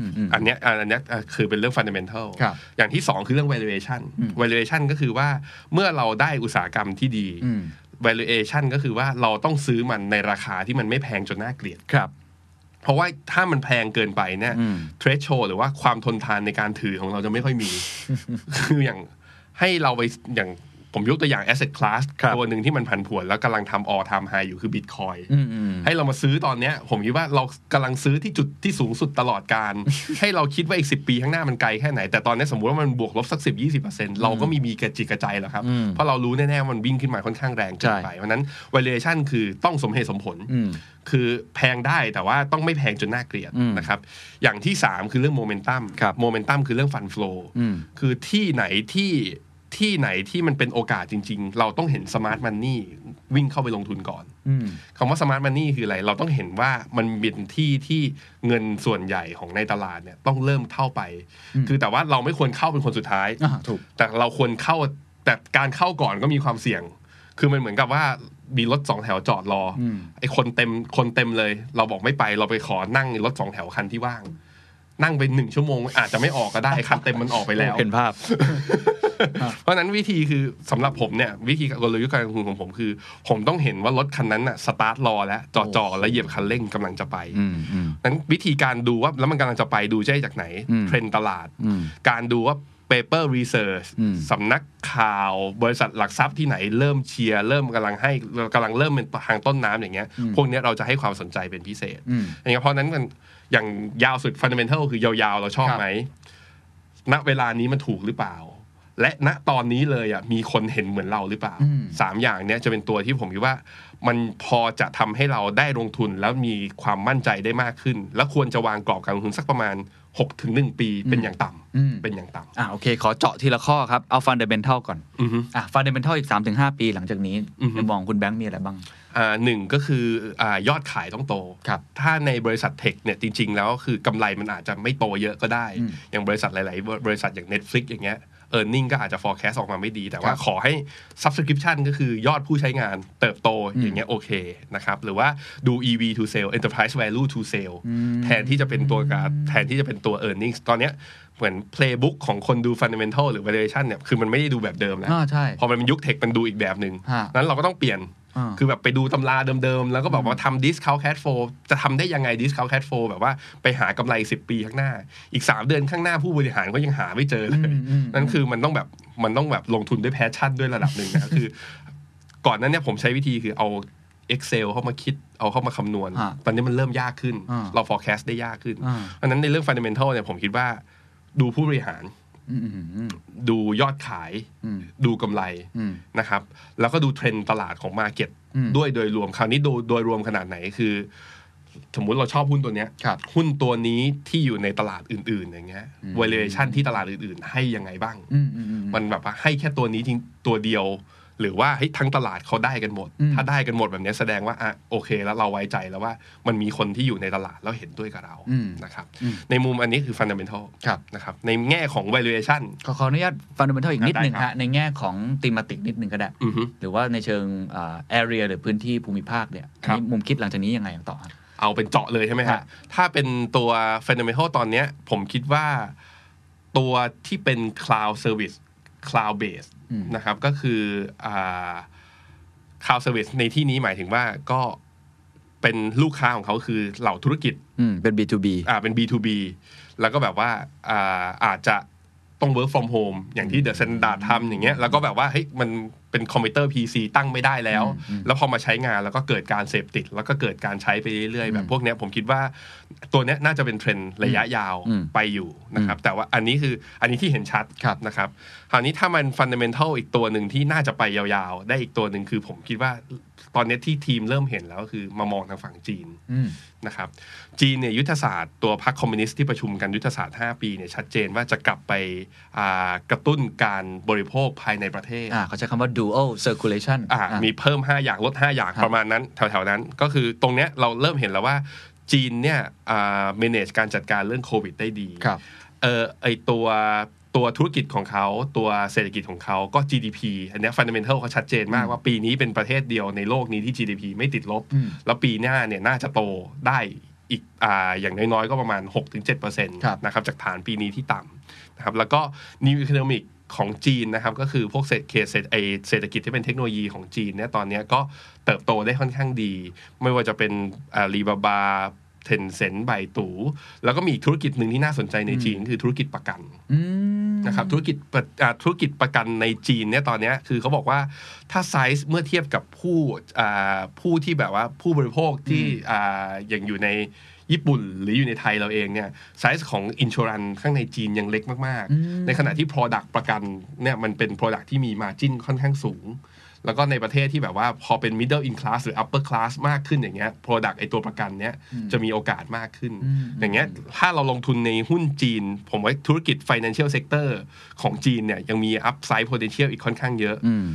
S2: มอืม
S3: อันเนี้ยอ่าอันเนี้ยอ่าคือเป็นเรื่อง fundamental
S2: ครับ
S3: อย่างที่ 2 คือเรื่อง valuation
S2: อืม
S3: valuation ก็คือว่าเมื่อเราได้อุตสาหกรรมที่ดี
S2: อืม
S3: valuation ก็คือว่าเราต้องซื้อมันในราคาที่มันไม่แพงจนน่าเกลียด
S2: ครับ
S3: เพราะว่าถ้ามันแพงเกินไปเนี่ย
S2: อืม
S3: เทรชโชหรือว่าความทนทานในการถือของเราจะไม่ค่อย มี คืออย่างให้เราไปอย่างผมยกตัวอย่าง asset class
S4: ครับ
S3: ตัวหนึ่งที่มันผันผวนแล้วกำลังทำ all time high อยู่คือ bitcoin
S2: อืมอืม
S3: ให้เรามาซื้อตอนเนี้ย ผมคิดว่าเรากำลังซื้อที่จุดที่สูงสุดตลอดการ ให้เราคิดว่าอีกสิปีข้างหน้ามันไกลแค่ไหน แต่ตอนนี้สมมุติว่ามันบวกลบสักสิบยี่สิบเปอร์เซ็นต์เราก็มีมีกระจิกกระใจแล้วครับ
S2: อืม
S3: เพราะเรารู้แน่ๆว่ามันวิ่งขึ้นมาค่อนข้างแรงเกินไปเพราะฉะนั้น valuation คือต้องสมเหตุสมผล
S2: อืม
S3: คือแพงได้แต่ว่าต้องไม่แพงจนน่าเกลียด
S2: อืม
S3: นะครับ อย่างที่ 3 คือเรื่องโมเมนตัม
S2: ครับ
S3: โมเมนตัมคือเรื่องฟันฟลู
S2: อืม
S3: คือที่ไหนที่ที่ไหนที่มันเป็นโอกาสจริง ๆ เราต้องเห็นสมาร์ทมันนี่วิ่งเข้าไปลงทุนก่อน
S2: อืม
S3: คำว่าสมาร์ทมันนี่คืออะไร เราต้องเห็นว่ามันเป็นที่ที่เงินส่วนใหญ่ของในตลาดเนี่ยต้องเริ่มเข้าไป คือแต่ว่าเราไม่ควรเข้าเป็นคนสุดท้าย
S2: อ่าถูก
S3: แต่เราควรเข้าแต่การเข้าก่อนก็มีความเสี่ยง คือมันเหมือนกับว่ามีรถสองแถวจอดรออ
S2: ม
S3: ไอ้คนเต็มคนเต็มเลย เราบอกไม่ไปเราไปขอนั่งรถสองแถวคันที่ว่าง นั่งไปหนึ่งชั่วโมง อาจจะไม่ออกก็ได้ คันเต็มมันออกไปแล้ว
S2: เห็นภาพ
S3: เพราะฉะนั้นวิธีคือสำหรับผมเนี่ยวิธีกลยุทธ์การลงทุนของผมคือ ผมต้องเห็นว่ารถคันนั้นน่ะสตาร์ทรอแล้วจอดจอแล้วเหยียบคันเร่งกำลังจะไป
S2: อืมอืม
S3: นั้นวิธีการดูว่าแล้วมันกำลังจะไปดูได้จากไหน
S2: อืม
S3: เทรนด์ตลาด
S2: อืม
S3: การดูว่า paper research
S2: อืม
S3: สำนักข่าว บริษัทหลักทรัพย์ที่ไหนเริ่มเชียร์ เริ่มกำลังให้กำลังเริ่มเป็นทางต้นน้ำอย่างเงี้ย พวกเนี้ยเราจะให้ความสนใจเป็นพิเศษ
S2: อืม
S3: อย่างเงี้ยเพราะฉะนั้นมันอย่างยาวสุด fundamental คือยาวๆ เราชอบ
S2: ครับ
S3: ไหมณเวลานี้มันถูกหรือเปล่า และณตอนนี้เลยอ่ะมีคนเห็นเหมือนเราหรือเปล่า สามอย่างเนี้ยจะเป็นตัวที่ผมคิดว่ามันพอจะทำให้เราได้ลงทุนแล้วมีความมั่นใจได้มากขึ้น และควรจะวางกรอบการลงทุนสักประมาณ6กถึงหปีเป็นอย่างต่ำ
S2: อืม
S3: เป็นอย่างต่ำ
S2: อ่าโอเค ขอเจาะทีละข้อครับ เอาฟันเดเ e นเท l ก่อน
S3: อือฮึ
S2: อ่ะฟันเดเ e นเท l อีก 3-5 ปีหลังจากนี้
S3: อือฮึ
S2: ในมองคุณแบงค์มีอะไรบ้าง
S3: อ่าหนึ่งก็คืออายอดขายต้องโต
S2: ครับ
S3: ถ้าในบริษัทเทคเนี่ยจริง ๆ แล้วคือกำไรมันอาจจะไม่โตเยอะก็ได้
S2: อืม
S3: อย่างบริษัทหลาย ๆ บริษัทอย่าง Netflix อย่างเงี้ยเออร์เน็งก็อาจจะ forecast ออกมาไม่ดี แต่
S2: ค
S3: ว่า
S2: รับ
S3: ขอให้ subscription ก็คือยอดผู้ใช้งานเติบโตอย่างเงี้ยโอเคนะครับ หรือว่าดู EV to sale enterprise value to sale แทนที่จะเป็นตัวการแทนที่จะเป็นตัว earnings ตอนเนี้ยเหมือน playbook ของคนดู fundamental หรือ valuation เนี่ยคือมันไม่ได้ดูแบบเดิมแล้ว
S2: อ่าใช่
S3: พอมันเป็นยุคเทคมันดูอีกแบบหนึ่ง
S2: ฮะ
S3: นั้นเราก็ต้องเปลี่ยน
S2: อ่า
S3: คือแบบไปดูตำราเดิมๆ แล้วก็แบบว่าทำ discount cash flow จะทำได้ยังไง discount cash flow แบบว่าไปหากำไร 10 ปีข้างหน้า อีก 3 เดือนข้างหน้าผู้บริหารก็ยังหาไม่เจอเลย นั่นคือมันต้องแบบมันต้องแบบลงทุนด้วยแพชชั่นด้วยระดับหนึ่งนะ คือ ก่อนนั้นเนี่ยผมใช้วิธีคือเอา Excel เข้ามาคิดเอาเข้ามาคำนวณ
S2: ฮะ
S3: ตอนนี้มันเริ่มยากขึ้น
S2: อ่า
S3: เรา forecast ได้ยากขึ้น
S2: อ่า
S3: เพราะฉะนั้นในเรื่อง fundamental เนี่ยผมคิดว่าดูผู้บริหาร
S2: อืมอืมอืม
S3: ดูยอดขาย
S2: อืม
S3: ดูกำไร
S2: อืม
S3: นะครับ แล้วก็ดูเทรนด์ตลาดของมาเก็ต
S2: อืม
S3: ด้วยโดยรวมคราวนี้โดยโดยรวมขนาดไหนคือ สมมุติเราชอบหุ้นตัวเนี้ย
S2: ครับ
S3: หุ้นตัวนี้ที่อยู่ในตลาดอื่น ๆ อย่างเงี้ย valuation ที่ตลาดอื่น ๆ ให้ยังไงบ้าง
S2: อืมอืมอืม
S3: มันแบบว่าให้แค่ตัวนี้จริงตัวเดียว หรือว่าเฮ้ยทั้งตลาดเขาได้กันหมด ถ้าได้กันหมดแบบเนี้ยแสดงว่าอ่ะโอเค แล้วเราไว้ใจแล้วว่ามันมีคนที่อยู่ในตลาดแล้วเห็นด้วยกับเรา
S2: อืม
S3: นะครับ
S2: อืม
S3: ในมุมอันนี้คือ fundamental
S2: ครับ
S3: นะครับในแง่ของ valuation
S2: ขอขออนุญาตฟันเดเ e นเท l อีกนิดหนึ่ง
S3: ได้ครั
S2: ฮะ
S3: บ
S2: ในแง่ของตีมติกนิดหนึ่งก็ได้
S3: อือฮึ
S2: หรือว่าในเชิงแอเรียหรือพื้นที่ภูมิภาคเนี่ยอันนี้
S3: ครับ
S2: มุมคิดหลังจากนี้ยังไงต่อครับ
S3: เอาเป็นเจาะเลยใช่ไหม
S2: ครั
S3: ฮะ
S2: บ
S3: ถ้าเป็นตัว fundamental ตอนเนี้ยผมคิดว่าตัวที่เป็น cloud service cloud base
S2: อืม
S3: นะครับ ก็คืออ่า cloud service ในที่นี้หมายถึงว่าก็เป็นลูกค้าของเขาคือเหล่าธุรกิจ
S2: อืมเป็น B2B
S3: อ่าเป็น B2B แล้วก็แบบว่าอ่าอาจจะต้อง work from home อย่างที่ The Standard ทำอย่างเงี้ยแล้วก็แบบว่าเฮ้ยมันเป็นคอมพิวเตอร์ PC ตั้งไม่ได้แล้ว แล้วพอมาใช้งานแล้วก็เกิดการเสพติด แล้วก็เกิดการใช้ไปเรื่อยๆ แบบพวกเนี้ยผมคิดว่าตัวเนี้ยน่าจะเป็นเทรนด์ระยะยาว
S2: อืม
S3: ไปอยู่นะครับ แต่ว่าอันนี้คืออันนี้ที่เห็นชัด
S2: ครับ
S3: นะครับคราวนี้ถ้ามัน fundamental อีกตัวหนึ่งที่น่าจะไปยาวๆ ได้อีกตัวหนึ่งคือผมคิดว่าตอนเนี้ยที่ทีมเริ่มเห็นแล้วก็คือมามองทางฝั่งจีน
S2: อืม
S3: นะครับจีนเนี่ยยุทธศาสตร์ตัวพรรคคอมมิวนิสต์ที่ประชุมกันยุทธศาสตร์ 5 ปีเนี่ยชัดเจนว่าจะกลับไปอ่ากระตุ้นการบริโภคภายในประเทศ
S2: อ่าเขาใช้คำว่า dual circulation
S3: อ่า
S2: อ่ะ
S3: มีเพิ่ม 5 อย่างลด 5 อย่าง
S2: ครับ
S3: ประมาณนั้นแถวๆนั้น ก็คือตรงเนี้ยเราเริ่มเห็นแล้วว่าจีนเนี่ยอ่า manage การจัดการเรื่องโควิดได้ดี
S2: ครับ
S3: เออไอตัวตัวธุรกิจของเขาตัวเศรษฐกิจของเขาก็ GDP อันเนี้ fundamental เขาชัดเจนมากว่าปีนี้เป็นประเทศเดียวในโลกนี้ที่ GDP ไม่ติดลบ
S2: อืม
S3: แล้วปีหน้าเนี่ยน่าจะโตได้อีกอาอย่างน้อยๆ ก็ประมาณ 6-7%
S2: ครับ
S3: นะครับจากฐานปีนี้ที่ต่ำนะครับแล้วก็ New Economic ของจีนนะครับก็คือพวกเศรษฐเคเศรษฐไอเศรษฐกิจที่เป็นเทคโนโลยีของจีนเนี่ยตอนเนี้ยก็เติบโตได้ค่อนข้างดี ไม่ว่าจะเป็นอาลีบาบา เทนเซ็นต์ไบตูแล้วก็มีอีกธุรกิจหนึ่งที่น่าสนใจในจีนคือธุรกิจประกัน
S2: อืม
S3: นะครับธุรกิจประอ่าธุรกิจประกันในจีนเนี่ยตอนเนี้ยคือเขาบอกว่าถ้าไซส์เมื่อเทียบกับผู้อ่าผู้ที่แบบว่าผู้บริโภคที่อ่าอย่างอยู่ในญี่ปุ่นหรืออยู่ในไทยเราเองเนี่ยไซส์ของอินช r รันข้างในจีนยังเล็กมาก
S2: อืม
S3: ๆ ในขณะที่ Product ประกันเนี่ยมันเป็น Product ที่มีมาจิ n ค่อนข้างสูง แล้วก็ในประเทศที่แบบว่าพอเป็น middle in class หรือ upper class มากขึ้นอย่างเงี้ย product ไอตัวประกันเนี้ยจะมีโอกาสมากขึ้น
S2: อืม
S3: อย่างเงี้ยถ้าเราลงทุนในหุ้นจีน ผมว่าธุรกิจ financial sector ของจีนเนี่ยยังมี upside potential อีกค่อนข้างเยอะ
S2: อืม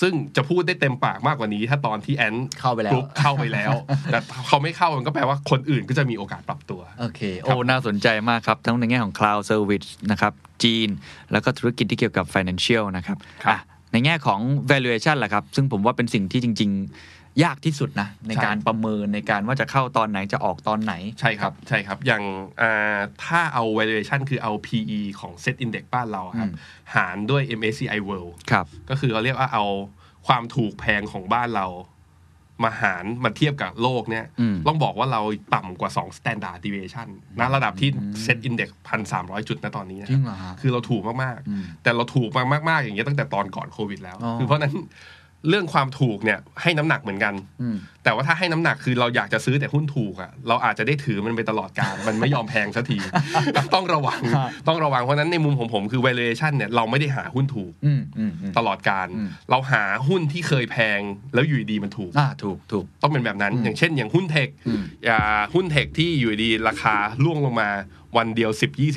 S3: ซึ่งจะพูดได้เต็มปากมากกว่านี้ ถ้าตอนที่แอน
S2: เข้าไปแล้ว
S3: กรุ๊ปเข้าไปแล้ว แต่เขาไม่เข้ามันก็แปลว่าคนอื่นก็จะมีโอกาสปรับตัว
S2: โอเค โอ้ น่าสนใจมากครับ ทั้งในแง่ของ cloud service นะครับ จีน แล้วก็ธุรกิจที่เกี่ยวกับ financial นะครับ
S3: ครับ
S2: อ่ะในแง่ของ valuation ล่ะครับ ซึ่งผมว่าเป็นสิ่งที่จริง ๆ ยากที่สุดนะ ใน
S3: ใช่
S2: การประเมินในการว่าจะเข้าตอนไหนจะออกตอนไหน
S3: ใช่ครับใช่ครับ อย่างอ่าถ้าเอา valuation คือเอา PE ของ Set Index บ้านเราครับ หารด้วย MSCI World
S2: ครับ
S3: ก็คือเขาเรียกว่าเอาความถูกแพงของบ้านเรา มาหารมาเทียบกับโลกเนี่ย
S2: อืม
S3: ต้องบอกว่าเราต่ำกว่า 2 standard deviation นะระดับที่ set index 1,300 จุดนะตอนนี้นะ
S2: จ
S3: ค
S2: ริ
S3: รั
S2: ง
S3: บ
S2: เหรอฮะ
S3: คือเราถูกมาก ๆ แต่เราถูกมาก ๆ อย่างเงี้ยตั้งแต่ตอนก่อนโควิดแล้ว
S2: อ๋อ
S3: คือเพราะฉะนั้นเรื่องความถูกเนี่ยให้น้ำหนักเหมือนกัน
S2: อืม
S3: แต่ว่าถ้าให้น้ำหนักคือเราอยากจะซื้อแต่หุ้นถูกอะเราอาจจะได้ถือมันไปตลอดการ มันไม่ยอมแพงสั กที ต้องระวัง
S2: ครับ
S3: ต้องระวังเพราะฉะนั้นในมุมของผมคือ valuation เนี่ยเราไม่ได้หาหุ้นถูก
S2: อืมอืมอืม
S3: ตลอดการ
S2: อืม
S3: เราหาหุ้นที่เคยแพงแล้วอยู่ดีๆมันถูก
S2: อ่าถูกถูก
S3: ต้องเป็นแบบนั้น
S2: อืม
S3: อย่างเช่น อย่างหุ้นเทค
S2: อืม
S3: อ่าหุ้นเทคที่อยู่ดีราคาล่วงลงมาวันเดียว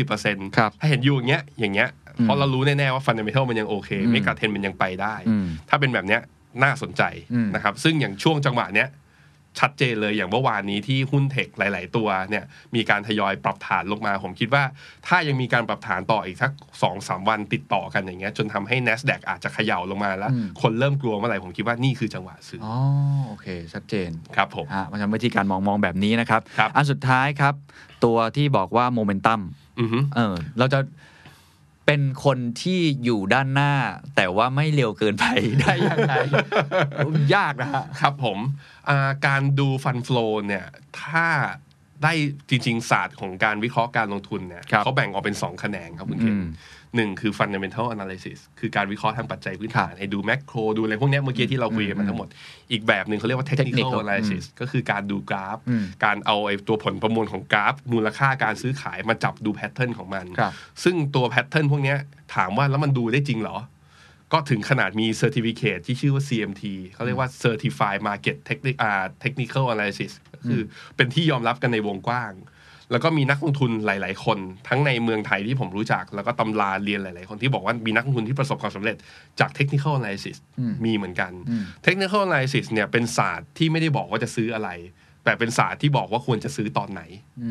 S3: 10-20%
S2: ครับ
S3: ถ้าเห็นอยู่อย่างเงี้ยอย่างเงี้ย
S2: อืม
S3: เพราะเรารู้แน่ๆว่าฟันเดเมทัลมันยังโอเค
S2: อืม
S3: ไม่กาเทนมันยังไปได้
S2: อืม
S3: ถ้าเป็นแบบเนี้ยน่าสนใจ
S2: อืม
S3: นะครับ ซึ่งอย่างช่วงจังหวะเนี้ยชัดเจนเลยอย่างเมื่อวานนี้ที่หุ้นเทคหลาย ๆ ตัวเนี่ยมีการทยอยปรับฐานลงมา ผมคิดว่า ถ้ายังมีการปรับฐานต่ออีกสัก2อสวันติดต่อกันอย่างเงี้ยจนทำให้ N a s d a q อาจจะเขย่าลงมาแล้ว
S2: อืม
S3: คนเริ่มกลัวเมื่อไหร่ผมคิดว่านี่คือจังหวะซื้ออ
S2: อ๋อ โอเค ชัดเจน
S3: ครับผม
S2: ฮะเพราะฉะนั้นวิธีการมองมองแบบนี้นะครับ
S3: ครับ
S2: อันสุดท้ายครับ ตัวที่บอกว่าโมเมนตัม
S3: อือฮึ
S2: เออเราจะเป็นคนที่อยู่ด้านหน้า แต่ว่าไม่เร็วเกินไป ได้ยังไง ยากนะฮะ
S3: ครับผมอ่าการดูฟันฟลอเนี่ย ถ้าได้จริง ๆ ศาสตร์ของการวิเคราะห์การลงทุนเนี่ย
S2: ครับ
S3: เขาแบ่งออกเป็น 2 แขนงครับคุณเคน
S2: อืม
S3: หนึ่งคือ fundamental analysis คือการวิเคราะห์ทางปัจจัยพื้นฐานไอ้ดูแมกโครดูอะไรพวกเนี้ยเมื่อกี้ที่เราคุยกันมาทั้งหมด อีกแบบหนึ่งเขาเรียกว่า technical
S2: Technical
S3: analysis ก็คือการดูกราฟ
S2: อืม
S3: การเอาไอ้ตัวผลประมวลของกราฟ มูลค่าการซื้อขายมาจับดูแพทเทิร์นของมัน
S2: ครับ
S3: ซึ่งตัวแพทเทิร์นพวกเนี้ยถามว่าแล้วมันดูได้จริงเหรอ ก็ถึงขนาดมีเซอร์ติฟิเคที่ชื่อว่า CMT เขาเรียกว่า Certified Market Technic- อ่า Technical Analysis ก็คือเป็นที่ยอมรับกันในวงกว้าง แล้วก็มีนักลงทุนหลาย ๆ คน ทั้งในเมืองไทยที่ผมรู้จัก แล้วก็ตำราเรียนหลาย ๆ คนที่บอกว่ามีนักลงทุนที่ประสบความสำเร็จจาก Technical Analysis มีเหมือนกัน Technical Analysis เนี่ยเป็นศาสตร์ที่ไม่ได้บอกว่าจะซื้ออะไร แต่เป็นศาสตร์ที่บอกว่าควรจะซื้อตอนไหน
S2: อื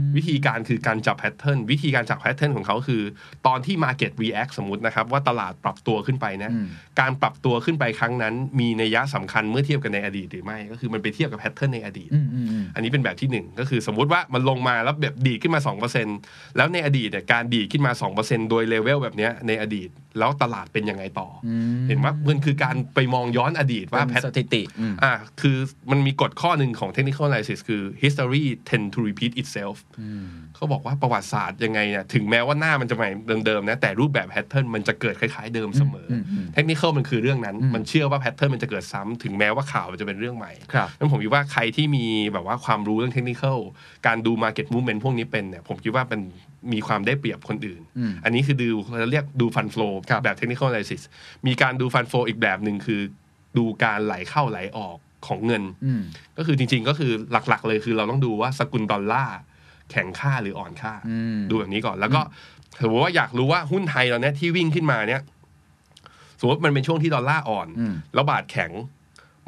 S2: ม
S3: วิธีการคือการจับแพทเทิร์นวิธีการจับแพทเทิร์นของเขาคือ ตอนที่ Market React สมมตินะครับ ว่าตลาดปรับตัวขึ้นไปเนะ
S2: อืม
S3: การปรับตัวขึ้นไปครั้งนั้น มีนัยยะสำคัญเมื่อเทียบกันในอดีตหรือไม่ ก็คือมันไปเทียบกับแพทเทิร์นในอดีต
S2: อืมอืมอืม
S3: อันนี้เป็นแบบที่หนึ่งก็คือสมมุติว่ามันลงมาแล้วแบบดีดขึ้นมา 2%แล้วในอดีตเนี่ยการดีดขึ้นมา 2%โดยเลเวลแบบเนี้ยในอดีต แล้วตลาดเป็นยังไงต่ออ
S2: ม
S3: เห็นว่ามันคือการไปมองย้อนอดีตว่า
S2: เป็น
S3: แพท
S2: สถิติอืม
S3: อ่าคือมันมีกฎข้อหนึ่งของ technical analysis คือ history tend to repeat itself เขาบอกว่าประวัติศาสตร์ยังไงเนี่ยถึงแม้ว่าหน้ามันจะใหม่เดิมๆนะแต่รูปแบบแพทเทิร์นมันจะเกิดคล้ายๆเดิมเสมออ
S2: มอืม
S3: เทคนิคมันคือเรื่องนั้น
S2: อืม
S3: มันเชื่อว่าแพทเทิร์นมันจะเกิดซ้ำถึงแม้ว่าข่าวมันจะเป็นเรื่องใหม่
S2: ครับ
S3: งั้นผมคิดว่าใครที่มีแบบว่าความรู้เรื่องเทคนิคการดู market movement พวกนี้เป็นเนี่ยผมคิดว่ามันมีความได้เปรียบคนอื่น
S2: อืม
S3: อันนี้คือดูเราเรียกดูฟันโฟ
S2: ครับ
S3: แบบ technical analysis มีการดูฟันโฟอีกแบบหนึ่งคือ ดูการไหลเข้าไหลออกของเงิน
S2: อืม
S3: ก็คือจริงๆก็คือหลักๆ เลยคือเราต้องดูว่าสกุลดอลลาร์แข็งค่าหรืออ่อนค่า
S2: อืม
S3: ดูแบบนี้ก่อนแล้วก็สมมติว่าอยากรู้ว่าหุ้นไทยเราเนี่ยที่วิ่งขึ้นมาเนี่ยสมมติมันเป็นช่วงที่ดอลลาร์อ่อน
S2: อืม
S3: แล้วบาทแข็ง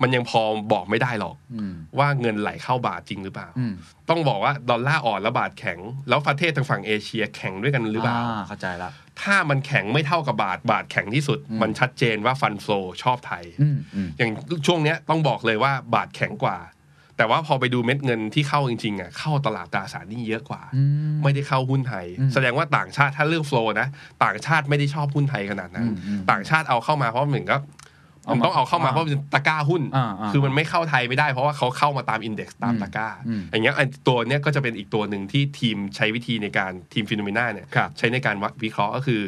S3: มันยังพอบอกไม่ได้หรอก
S2: อืม
S3: ว่าเงินไหลเข้าบาทจริงหรือเปล่า
S2: อืม
S3: ต้องบอกว่าดอลลาร์อ่อนแล้วบาทแข็ง แล้วประเทศทางฝั่งเอเชียแข็งด้วยกันหรือเปล่า
S2: เข้าใจละ
S3: ถ้ามันแข็งไม่เท่ากับบาท บาทแข็งที่สุด มันชัดเจนว่าฟันโฟชอบไทย
S2: อืมอืม
S3: อย่างช่วงเนี้ยต้องบอกเลยว่าบาทแข็งกว่า แต่ว่าพอไปดูเม็ดเงินที่เข้าจริงๆอ่ะเข้าตลาดตราสารหนี้เยอะกว่า ไม่ได้เข้าหุ้นไทย แสดงว่าต่างชาติถ้าเรื่องโฟลนะ ต่างชาติไม่ได้ชอบหุ้นไทยขนาดนั้น
S2: อืมอืม
S3: ต่างชาติเอาเข้ามาเพราะเหมือนกับ มันต้องเอาเข้ามาเพราะ
S2: อ่
S3: มันเป็นตะกร้าหุ้น
S2: อ่าอ่า
S3: คือมันไม่เข้าไทยไม่ได้เพราะว่าเขาเข้ามาตามอินเด็กซ์ตาม
S2: อืม
S3: ตะกร้า
S2: อืม
S3: อย่างเงี้ยไอ้ตัวเนี้ยก็จะเป็นอีกตัวหนึ่งที่ทีมใช้วิธีในการทีมฟิโนเมนาเนี่ย
S2: ครับ
S3: ใช้ในการวัดวิเคราะห์ก็คือ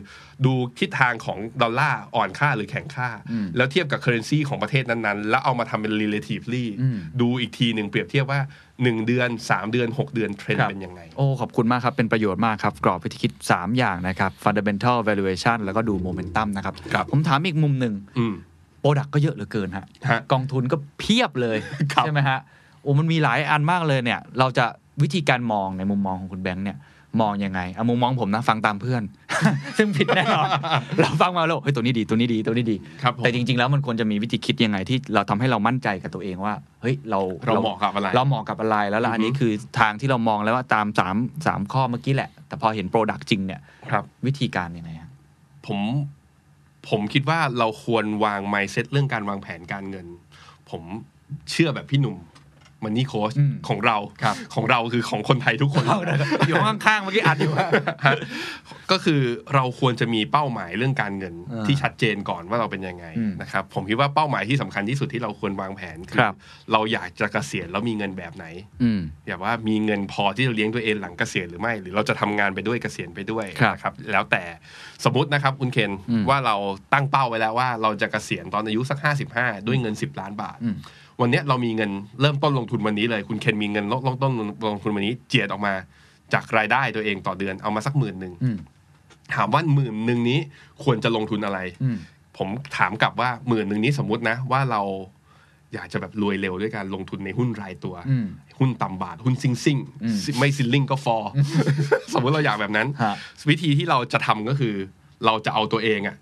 S3: ดูทิศทางของดอลลาร์อ่อนค่าหรือแข็งค่า
S2: อืม
S3: แล้วเทียบกับเคอร์เรนซีของประเทศนั้นๆ แล้วเอามาทำเป็น relatively
S2: อืม
S3: ดูอีกทีหนึ่งเปรียบเทียบว่า 1 เดือน 3 เดือน 6 เดือนเทรน
S2: ครั
S3: ด์
S2: บ
S3: เป็นยังไง
S2: โอ้ ขอบคุณมากครับ เป็นประโยชน์มากครับ กรอบวิธีคิด 3 อย่างนะครับ fundamental valuation แล้วก็ดู momentum นะครับ
S3: ครับ
S2: ผมถามอีกมุมหนึ่ง
S3: อืม
S2: โปรดักก็เยอะเหลือเกินฮะ
S3: ฮะ
S2: กองทุนก็เพียบเลย
S3: ครับ
S2: ใช่ไหมฮะ โอ้มันมีหลายอันมากเลยเนี่ย เราจะวิธีการมองในมุมมองของคุณแบงค์เนี่ย มองยังไงเอามุมมองผมนะฟังตามเพื่อน ซึ่งผิดแน่ นอน เราฟังมาแล้วเฮ้ยตัวนี้ดีตัวนี้ดีตัวนี้ดี
S3: ครับผม
S2: แต่จริง ๆ แล้วมันควรจะมีวิธีคิดยังไงที่เราทำให้เรามั่นใจกับตัวเองว่าเฮ้ยเรา
S3: เราเหมาะกับอะไร
S2: เราเหมาะกับอะไรแล้วล่ะอันนี้คือทางที่เรามองแล้วว่าตามสามสามข้อเมื่อกี้แหละ แต่พอเห็นโปรดักต์จริงเนี่ย
S3: ครับ
S2: วิธีการยังไงฮะ
S3: ผมผมคิดว่าเราควรวาง mindset เรื่องการวางแผนการเงิน ผมเชื่อแบบพี่หนุ่มมันนี่โค้ช
S2: อืม
S3: ของเรา
S2: ครับ
S3: ของเราคือของคนไทยทุกคน
S2: อยู่ข้างๆเมื่อกี้อัดอยู่
S3: ฮะก็คือเราควรจะมีเป้าหมายเรื่องการเงิน
S2: อ่า
S3: ที่ชัดเจนก่อนว่าเราเป็นยังไง
S2: อืม
S3: นะครับผมคิดว่าเป้าหมายที่สำคัญที่สุดที่เราควรวางแผนคื
S2: ครับ
S3: เราอยากจะเกษียณแล้วมีเงินแบบไหน
S2: อืม
S3: แบบว่ามีเงินพอที่จะเลี้ยงตัวเองหลังเกษียณหรือไม่ หรือเราจะทำงานไปด้วยเกษียณไปด้วย
S2: ครับ
S3: นะครับแล้วแต่สมมตินะครับคุณเคน
S2: อืม
S3: ว่าเราตั้งเป้าไว้แล้วว่าเราจะเกษียณตอนอายุสัก 55 ด้วยเงิน 10 ล้านบาท
S2: อืม
S3: วันเนี้ยเรามีเงินเริ่มต้นลงทุนวันนี้เลย คุณเคนมีเงินเริ่มต้นลงทุนวันนี้เจียดออกมาจากรายได้ตัวเองต่อเดือนเอามาสักหมื่นหนึ่ง
S2: อืม
S3: ถามว่าหมื่นหนึ่งนี้ควรจะลงทุนอะไร
S2: อืม
S3: ผมถามกลับว่าหมื่นหนึ่งนี้สมมตินะว่าเราอยากจะแบบรวยเร็วด้วยการลงทุนในหุ้นรายตัว
S2: อืม
S3: หุ้นต่ำบาท หุ้นซิงซิง
S2: อืม
S3: ไม่ซิลลิงก็ฟอ สมมติเราอยากแบบนั้น
S2: ฮะ
S3: วิธีที่เราจะทำก็คือ เราจะเอาตัวเองอะ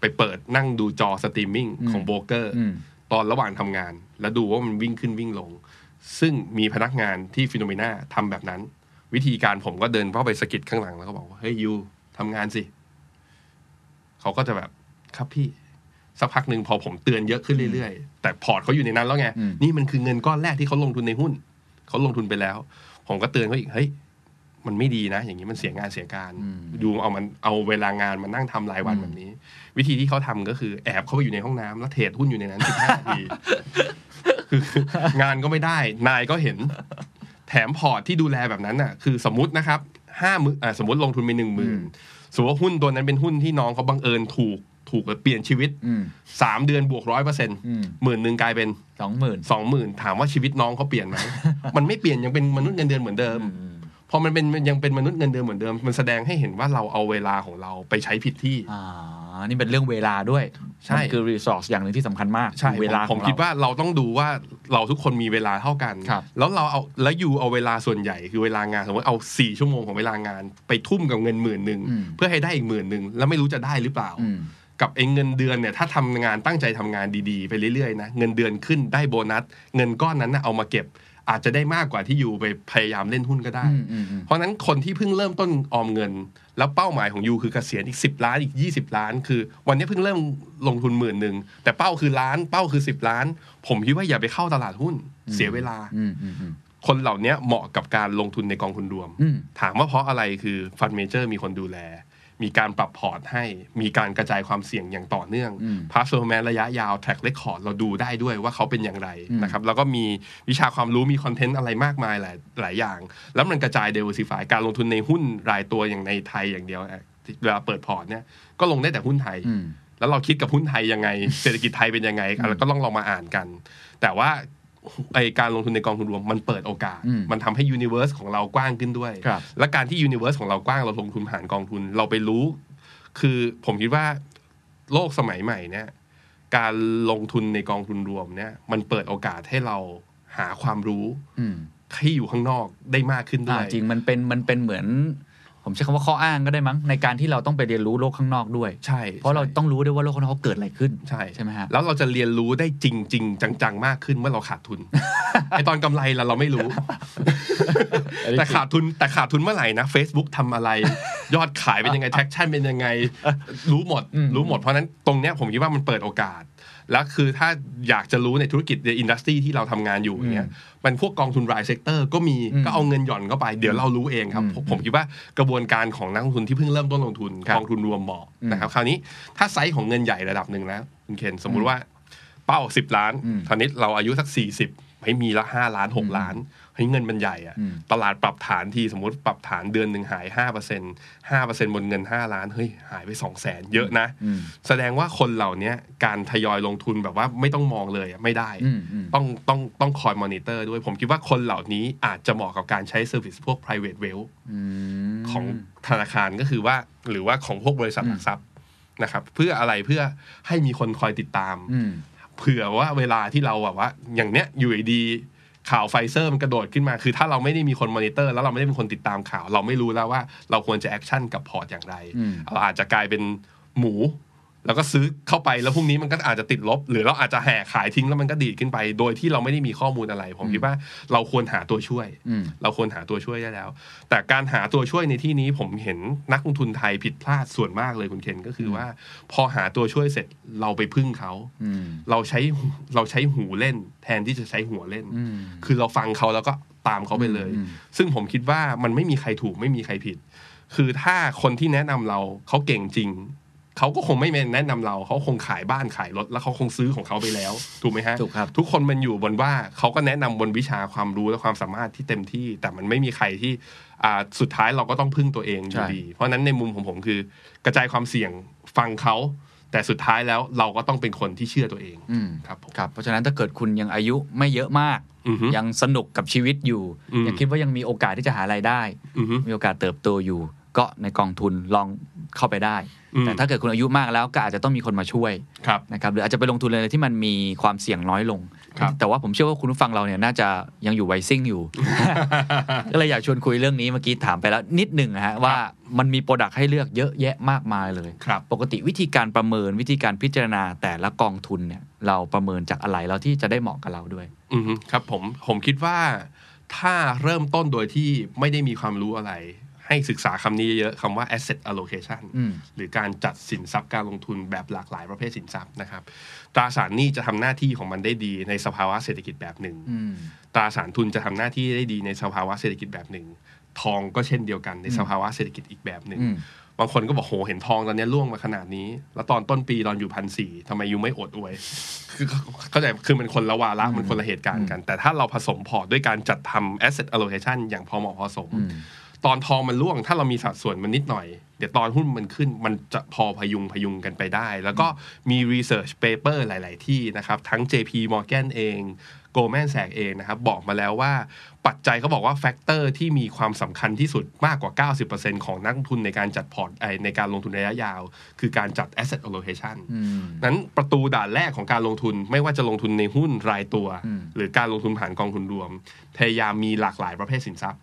S3: ไปเปิดนั่งดูจอสตรีมมิ่งของโบรกเกอร์
S2: อืม
S3: ตอนระหว่างทำงาน แล้วดูว่ามันวิ่งขึ้นวิ่งลง ซึ่งมีพนักงานที่ฟิโนเมนาทำแบบนั้น วิธีการผมก็เดินเข้าไปสะกิดข้างหลังแล้วก็บอกว่า เฮ้ยยูทำงานสิ เขาก็จะแบบครับพี่ สักพักหนึ่งพอผมเตือนเยอะขึ้นเรื่อยๆ แต่พอร์ตเขาอยู่ในนั้นแล้วไง
S2: อืม
S3: นี่มันคือเงินก้อนแรกที่เขาลงทุนในหุ้น เขาลงทุนไปแล้ว ผมก็เตือนเขาอีกเฮ้ย มันไม่ดีนะ อย่างนี้มันเสียงานเสียการ ดูเอามันเอาเวลางานมานั่งทำรายวันแบบนี้ วิธีที่เขาทำก็คือแอบเข้าไปอยู่ในห้องน้ำแล้วเทรดหุ้นอยู่ในนั้น 15นา ทีคืองานก็ไม่ได้ นายก็เห็น แถมพอร์ตที่ดูแลแบบนั้นน่ะ คือสมมตินะครับห้าหมื่นอ่าสมมติลงทุนไปหนึ่งหมื่นสมมติว่าหุ้นตัวนั้นเป็นหุ้นที่น้องเขาบังเอิญถูกถูกเปลี่ยนชีวิต
S2: อืม
S3: สามเดือนบวกร้อยเปอร์เซ็นต์
S2: อืม
S3: หมื่นหนึ่งกลายเป็น
S2: สองหมื่น
S3: สองหมื่นถามว่าชีวิตน้องเขาเปลี่ ยนไหม มันไม่เปลี่ยนยังเป็นมนุษย์เงินเดือนเหมือนเดิม พอมันเป็นยังเป็นมนุษย์เงินเดือนเหมือนเดิม มันแสดงให้เห็นว่าเราเอาเวลาของเราไปใช้ผิดที่
S2: อ่า นี่เป็นเรื่องเวลาด้วย
S3: ใช่
S2: มันคือรีซอสอย่างหนึ่งที่สำคัญมาก
S3: ใช่
S2: เวลา
S3: ผม
S2: ข
S3: ผ
S2: อง
S3: ม
S2: เร
S3: คิดว่าเราต้องดูว่าเราทุกคนมีเวลาเท่ากัน
S2: ครับ
S3: แล้วเราเอาแล้วอยู่เอาเวลาส่วนใหญ่คือเวลางานสมมติเอาสี่ชั่วโมงของเวลางาน ไปทุ่มกับเงินหมื่นหนึ่ง
S2: อืม
S3: เพื่อให้ได้อีกหมื่นหนึ่งแล้วไม่รู้จะได้หรือเปล่า
S2: อืม
S3: กับไอ้เงินเดือนเนี่ยถ้าทำงานตั้งใจทำงานดีๆ ไปเรื่อยๆนะเงินเดือนขึ้นได้โบนัส เงินก้อนนั้นนะเอามาเก็บ อาจจะได้มากกว่าที่อยู่ไปพยายามเล่นหุ้นก็ได้
S2: อืมอืมอืม
S3: เพราะฉะนั้นคนที่เพิ่งเริ่มต้นออมเงิน แล้วเป้าหมายของยูคือเกษียณอีก 10 ล้านอีก 20 ล้าน คือ วันนี้เพิ่งเริ่มลงทุนหมื่นหนึ่งแต่เป้าคือล้านเป้าคือ 10 ล้าน ผมคิดว่าอย่าไปเข้าตลาดหุ้นเสียเวลา
S2: อืมอืมอืม
S3: คนเหล่านี้เหมาะกับการลงทุนในกองทุนรวม
S2: อืม
S3: ถามว่าเพราะอะไรคือฟันเมเจอร์มีคนดูแล มีการปรับพอร์ตให้ มีการกระจายความเสี่ยงอย่างต่อเนื่อง
S2: อืม
S3: พาสโซแมนระยะยาวแท็กเรคคอร์ดเราดูได้ด้วยว่าเขาเป็นอย่างไร
S2: อืม
S3: นะครับ แล้วก็มีวิชาความรู้มีคอนเทนต์อะไรมากมายหลายหลายอย่าง แล้วมันกระจายเด v e r s i f y การลงทุนในหุ้นรายตัวอย่างในไทยอย่างเดียวอะเวลาเปิดพอร์ตเนี่ยก็ลงได้แต่หุ้นไทย
S2: อืม
S3: แล้วเราคิดกับหุ้นไทยยังไง เศรษฐกิจไทยเป็นยังไงอ่ะแล้วก็ต้องลองมาอ่านกัน แต่ว่าไอการลงทุนในกองทุนรวมมันเปิดโอกาส
S2: อืม
S3: มันทำให้ยูนิเวอร์สของเรากว้างขึ้นด้วย
S2: ครับ
S3: และการที่ยูนิเวอร์สของเรากว้างเราลงทุนผ่านกองทุนเราไปรู้ คือผมคิดว่าโลกสมัยใหม่เนี่ย การลงทุนในกองทุนรวมเนี่ย มันเปิดโอกาสให้เราหาความรู้
S2: อืม
S3: ที่อยู่ข้างนอกได้มากขึ้นด้
S2: อ่า
S3: วย
S2: จริงมันเป็นมันเป็นเหมือน ผมใช้คำว่าข้ออ้างก็ได้มั้งในการที่เราต้องไปเรียนรู้โลกข้างนอกด้วย
S3: ใช่
S2: เพราะเราต้องรู้ด้วยว่าโลกข้างนอกเขาเกิดอะไรขึ้น
S3: ใช่
S2: ใช่ไหมฮะ
S3: แล้วเราจะเรียนรู้ได้จริงจริงๆจังๆมากขึ้นเมื่อเราขาดทุ น ไอตอนกำไรเราเราไม่รู้ แต่ขาดทุนแต่ขาดทุนเมื่อไหร่นะ Facebook ทำอะไร ยอดขายเป็นยังไง แท็กชั่นเป็นยังไง รู้หมด รู้หมดเพราะฉะนั้นตรงเนี้ยผมคิดว่ามันเปิดโอกาส แล้วคือถ้าอยากจะรู้ในธุรกิจในอินดัสทรีที่เราทำงานอยู่เนี้ยมันพวกกองทุนรายเซกเตอร์ก็มีก็เอาเงินหย่อนเข้าไป เดี๋ยวเรารู้เองครับ ผมผมคิดว่ากระบวนการของนักลงทุนที่เพิ่งเริ่มต้นลงทุนกองทุนรวมเหมาะนะครับคราวนี้ถ้าไซส์ของเงินใหญ่ระดับหนึ่งแล้วคุณเคนสมมุติว่า เป้า 10 ล้านตอนนี้เราอายุสัก 40ให้ยมีละ 5 ล้าน 6 ล้านเฮ้ยเงินมันใหญ่อะตลาดปรับฐานทีสมมติปรับฐานเดือนหนึ่งหาย 5% 5%บนเงิน 5 ล้านเฮ้ยหายไป 2 0 0แสนเยอะนะ แสดงว่าคนเหล่านี้การทยอยลงทุนแบบว่าไม่ต้องมองเลยอะไม่ได้
S2: อืมอืม
S3: ต้องต้องต้องคอยมอนิเตอร์ด้วย ผมคิดว่าคนเหล่านี้อาจจะเหมาะกับการใช้เซอร์วิสพวก private wealth ของธนาคารก็คือว่าหรือว่าของพวกบริษัทหลักทรัพย์นะครับ เพื่ออะไรเพื่อให้มีคนคอยติดตาม
S2: อืม
S3: เผื่อว่าเวลาที่เราแบบว่า อย่างเนี้ยอยู่ดีๆข่าวไฟเซอร์มันกระโดดขึ้นมา คือถ้าเราไม่ได้มีคนมอนิเตอร์ แล้วเราไม่ได้เป็นคนติดตามข่าว เราไม่รู้แล้วว่าเราควรจะแอคชั่นกับพอร์ตอย่างไร
S2: อืม
S3: เราอาจจะกลายเป็นหมู แล้วก็ซื้อเข้าไปแล้วพรุ่งนี้มันก็อาจจะติดลบ หรือเราอาจจะแห่ขายทิ้งแล้วมันก็ดีดขึ้นไป โดยที่เราไม่ได้มีข้อมูลอะไร ผมคิดว่าเราควรหาตัวช่วย
S2: อืม
S3: เราควรหาตัวช่วยได้แล้ว แต่การหาตัวช่วยในที่นี้ผมเห็นนักลงทุนไทยผิดพลาดส่วนมากเลยคุณเคนก็คือว่า พอหาตัวช่วยเสร็จเราไปพึ่งเขา
S2: อืม
S3: เราใช้หูเราใช้หูเล่น แทนที่จะใช้หัวเล่น
S2: อืม
S3: คือเราฟังเขาแล้วก็ตามเขาไปเลย
S2: อืม
S3: ซึ่งผมคิดว่ามันไม่มีใครถูกไม่มีใครผิด คือถ้าคนที่แนะนำเราเขาเก่งจริง เขาก็คงไม่แนะนำเรา เขาคงขายบ้านขายรถแล้วเขาคงซื้อของเขาไปแล้ว ถูกไหมฮะ
S2: ถูกครับ
S3: ทุกคนมันอยู่บนว่าเขาก็แนะนำบนวิชาความรู้และความสามารถที่เต็มที่ แต่มันไม่มีใครที่อ่าสุดท้ายเราก็ต้องพึ่งตัวเองอยู่
S2: ใช่
S3: ดี เพราะฉะนั้นในมุมของผมคือกระจายความเสี่ยงฟังเขา แต่สุดท้ายแล้วเราก็ต้องเป็นคนที่เชื่อตัวเอง
S2: อืม
S3: ครับผม
S2: ครับ เพราะฉะนั้นถ้าเกิดคุณยังอายุไม่เยอะมาก
S3: อือฮึ
S2: ยังสนุกกับชีวิตอยู่
S3: อืม
S2: ยังคิดว่ายังมีโอกาสที่จะหารายได้
S3: อือฮึ
S2: มีโอกาสเติบโตอยู่ ก็ในกองทุนลองเข้าไปได้
S3: อืม
S2: แต่ถ้าเกิดคุณอายุมากแล้วก็อาจจะต้องมีคนมาช่วย
S3: ครับ
S2: นะครับหรืออาจจะไปลงทุนอะไรที่มันมีความเสี่ยงน้อยลง
S3: ครับ
S2: แต่ว่าผมเชื่อว่าคุณผู้ฟังเราเนี่ยน่าจะยังอยู่ไวยซิ่ง อยู่ ก็เลยอยากชวนคุยเรื่องนี้เมื่อกี้ถามไปแล้วนิดหนึ่งนะฮะว่ามันมีโปรดักต์ให้เลือกเยอะแยะมากมายเลย
S3: ครับ
S2: ปกติวิธีการประเมินวิธีการพิจารณาแต่ละกองทุนเนี่ยเราประเมินจากอะไรเราที่จะได้เหมาะกับเราด้วย
S3: อือฮึครับผมผมคิดว่าถ้าเริ่มต้นโดยที่ไม่ได้มีความรู้อะไร ให้ศึกษาคำนี้เยอะๆคำว่า asset allocation
S2: อืม
S3: หรือการจัดสินทรัพย์การลงทุนแบบหลากหลายประเภทสินทรัพย์นะครับ ตราสารหนี้จะทำหน้าที่ของมันได้ดีในสภาวะเศรษฐกิจแบบหนึ่ง
S2: อืม
S3: ตราสารทุนจะทำหน้าที่ได้ดีในสภาวะเศรษฐกิจแบบหนึ่ง ทองก็เช่นเดียวกันในสภาวะเศรษฐกิจอีกแบบหนึ่ง
S2: อืม
S3: บางคนก็บอกโหเห็นทองตอนนี้ล่วงมาขนาดนี้ แล้วตอนต้นปีตอนอยู่พันสี่ทำไมยูไม่อดอวย คือเข้าใจคือมันคนละวาระมันคนละเหตุการณ์กัน แต่ถ้าเราผสมพอร์ตด้วยการจัดทำ asset allocation อย่างพอเหมาะพอสม ตอนทองมันล่วงถ้าเรามีสัดส่วนมันนิดหน่อย เดี๋ยวตอนหุ้นมันขึ้นมันจะพอพยุงพยุงกันไปได้ แล้วก็มี research paper หลาย ๆ ที่นะครับ ทั้ง JP Morgan เอง Goldman Sachs เองนะครับ บอกมาแล้วว่าปัจจัยเขาบอกว่าแฟกเตอร์ที่มีความสำคัญที่สุดมากกว่า 90%ของนักลงทุนในการจัดพอร์ตไอ้ในการลงทุนระยะยาว คือการจัด asset allocation
S2: อืม
S3: นั้นประตูด่านแรกของการลงทุนไม่ว่าจะลงทุนในหุ้นรายตัว
S2: อืม
S3: หรือการลงทุนผ่านกองทุนรวม พยายามมีหลากหลายประเภทสินทรัพย์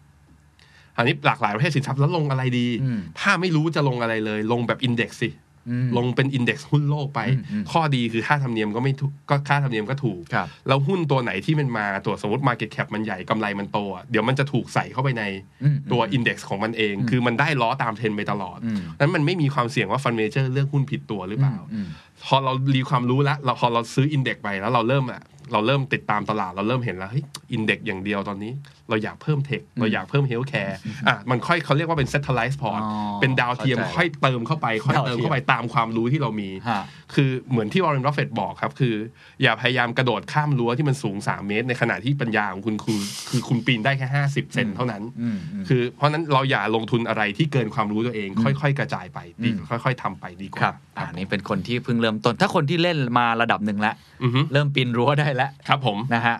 S3: อันนี้หลากหลายประเภทสินทรัพย์แล้วลงอะไรดี
S2: อืม
S3: ถ้าไม่รู้จะลงอะไรเลย ลงแบบอินเด็กซ์สิ
S2: อืม
S3: ลงเป็นอินเด็กซ์หุ้นโลกไป
S2: อืมอืม
S3: ข้อดีคือค่าธรรมเนียมก็ไม่ถูกก็ค่าธรรมเนียมก็ถูก
S2: ครับ
S3: แล้วหุ้นตัวไหนที่มันมาตัวสมมติ Market Cap มันใหญ่กำไรมันโตอะเดี๋ยวมันจะถูกใส่เข้าไปใน
S2: อืมอืม
S3: ตัวอินเด็กซ์ของมันเอง คือมันได้ล้อตามเทรนด์ไปตลอด
S2: อืม
S3: นั้นมันไม่มีความเสี่ยงว่าฟันเมเจอร์เลือกหุ้นผิดตัวหรือเปล่า
S2: อืม
S3: พอเรารีความรู้แล้วเราพอเราซื้ออินเด็กซ์ไปแล้วเราเริ่มอะเราเริ่มติดตามตลาดเราเริ่มเห็นแล้วเฮ้ยอินเด็กซ์อย่างเดียวตอนนี้ เราอยากเพิ่มเทคเราอยากเพิ่มเฮลท์แคร์อ่ะมันค่อยเขาเรียกว่าเป็นเซ t เทไลซ์พอร์ต
S2: อ๋อ
S3: เป็นดาวเทียม
S2: เข้าใจ
S3: ค่อยเติมเข้าไป ค่อย
S2: ดาวเทียม
S3: เติมเข้าไปตามความรู้ที่เรามี
S2: ฮะ
S3: คือเหมือนที่วอร์เรนบัฟเฟตบอกครับ คือ อย่าพยายามกระโดดข้ามรั้วที่มันสูง 3 เมตร ในขณะที่ปัญญาของคุณคือคือคุณปีนได้แค่50เซนเท่านั้น
S2: อืมอืม
S3: คือเพราะฉะนั้นเราอย่าลงทุนอะไรที่เกินความรู้ตัวเอง ค่อย ๆ กระจายไปดี
S2: อืม
S3: ค่อย ๆทำไปดีกว่า
S2: ครับอ่านี่เป็นคนที่เพิ่งเริ่มต้น ถ้าคนที่เล่นมาระดับหนึ่งแล้ว
S3: อือฮึ
S2: เริ่มปีนรั้วได้แล้ว
S3: ครับผม
S2: นะฮะ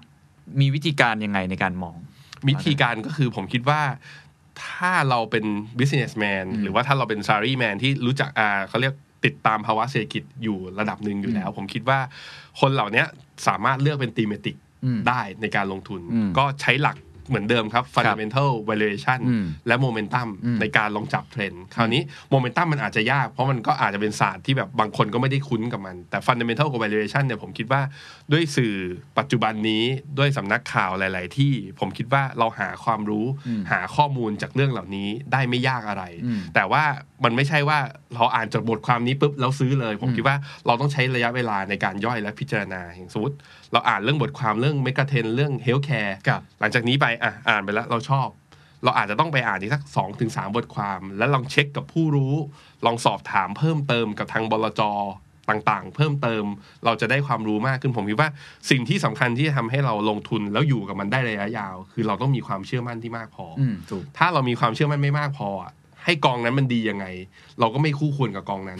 S2: มีวิธีการยังไงในการมอง
S3: วิธีการก็คือผมคิดว่าถ้าเราเป็น businessman หรือว่าถ้าเราเป็น salaryman ที่รู้จักอ่าเขาเรียกติดตามภาวะเศรษฐกิจอยู่ระดับหนึ่งอยู่แล้ว ผมคิดว่าคนเหล่านี้สามารถเลือกเป็น thematic
S2: อืม
S3: ได้ในการลงทุน
S2: อืม
S3: ก็ใช้หลักเหมือนเดิมครับ fundamental valuation
S2: อืม
S3: และ momentum
S2: อืม
S3: ในการลองจับเทรนด์คราวนี้ momentum มันอาจจะยาก เพราะมันก็อาจจะเป็นศาสตร์ที่แบบบางคนก็ไม่ได้คุ้นกับมัน แต่ fundamental กับ valuation เนี่ยผมคิดว่าด้วยสื่อปัจจุบันนี้ด้วยสำนักข่าวหลาย ๆ ที่ ผมคิดว่าเราหาความรู้
S2: อืม
S3: หาข้อมูลจากเรื่องเหล่านี้ได้ไม่ยากอะไร
S2: อืม
S3: แต่ว่ามันไม่ใช่ว่าเราอ่านจากบทความนี้ปุ๊บแล้วซื้อเลย ผมคิดว่าเราต้องใช้ระยะเวลาในการย่อยและพิจารณาอย่างสมมติเราอ่านเรื่องบทความเรื่องเมกะเทนเรื่องเฮลท์แคร์
S2: ครับ
S3: หลังจากนี้ไปอ่ะอ่านไปแล้วเราชอบ เราอาจจะต้องไปอ่านอีกสัก2อถึงสบทความ แล้วลองเช็คกับผู้รู้ ลองสอบถามเพิ่มเติมกับทางบลจ ต่างๆ เพิ่มเติมเราจะได้ความรู้มากขึ้นผมคิดว่าสิ่งที่สำคัญที่จะทำให้เราลงทุนแล้วอยู่กับมันได้ระยะยาว คือเราต้องมีความเชื่อมั่นที่มากพออ
S2: อืมถูก
S3: ถ้าเรามีความเชื่อมั่นไม่มากพออะให้กองนั้นมันดียังไง เราก็ไม่คู่ควรกับกองนั้น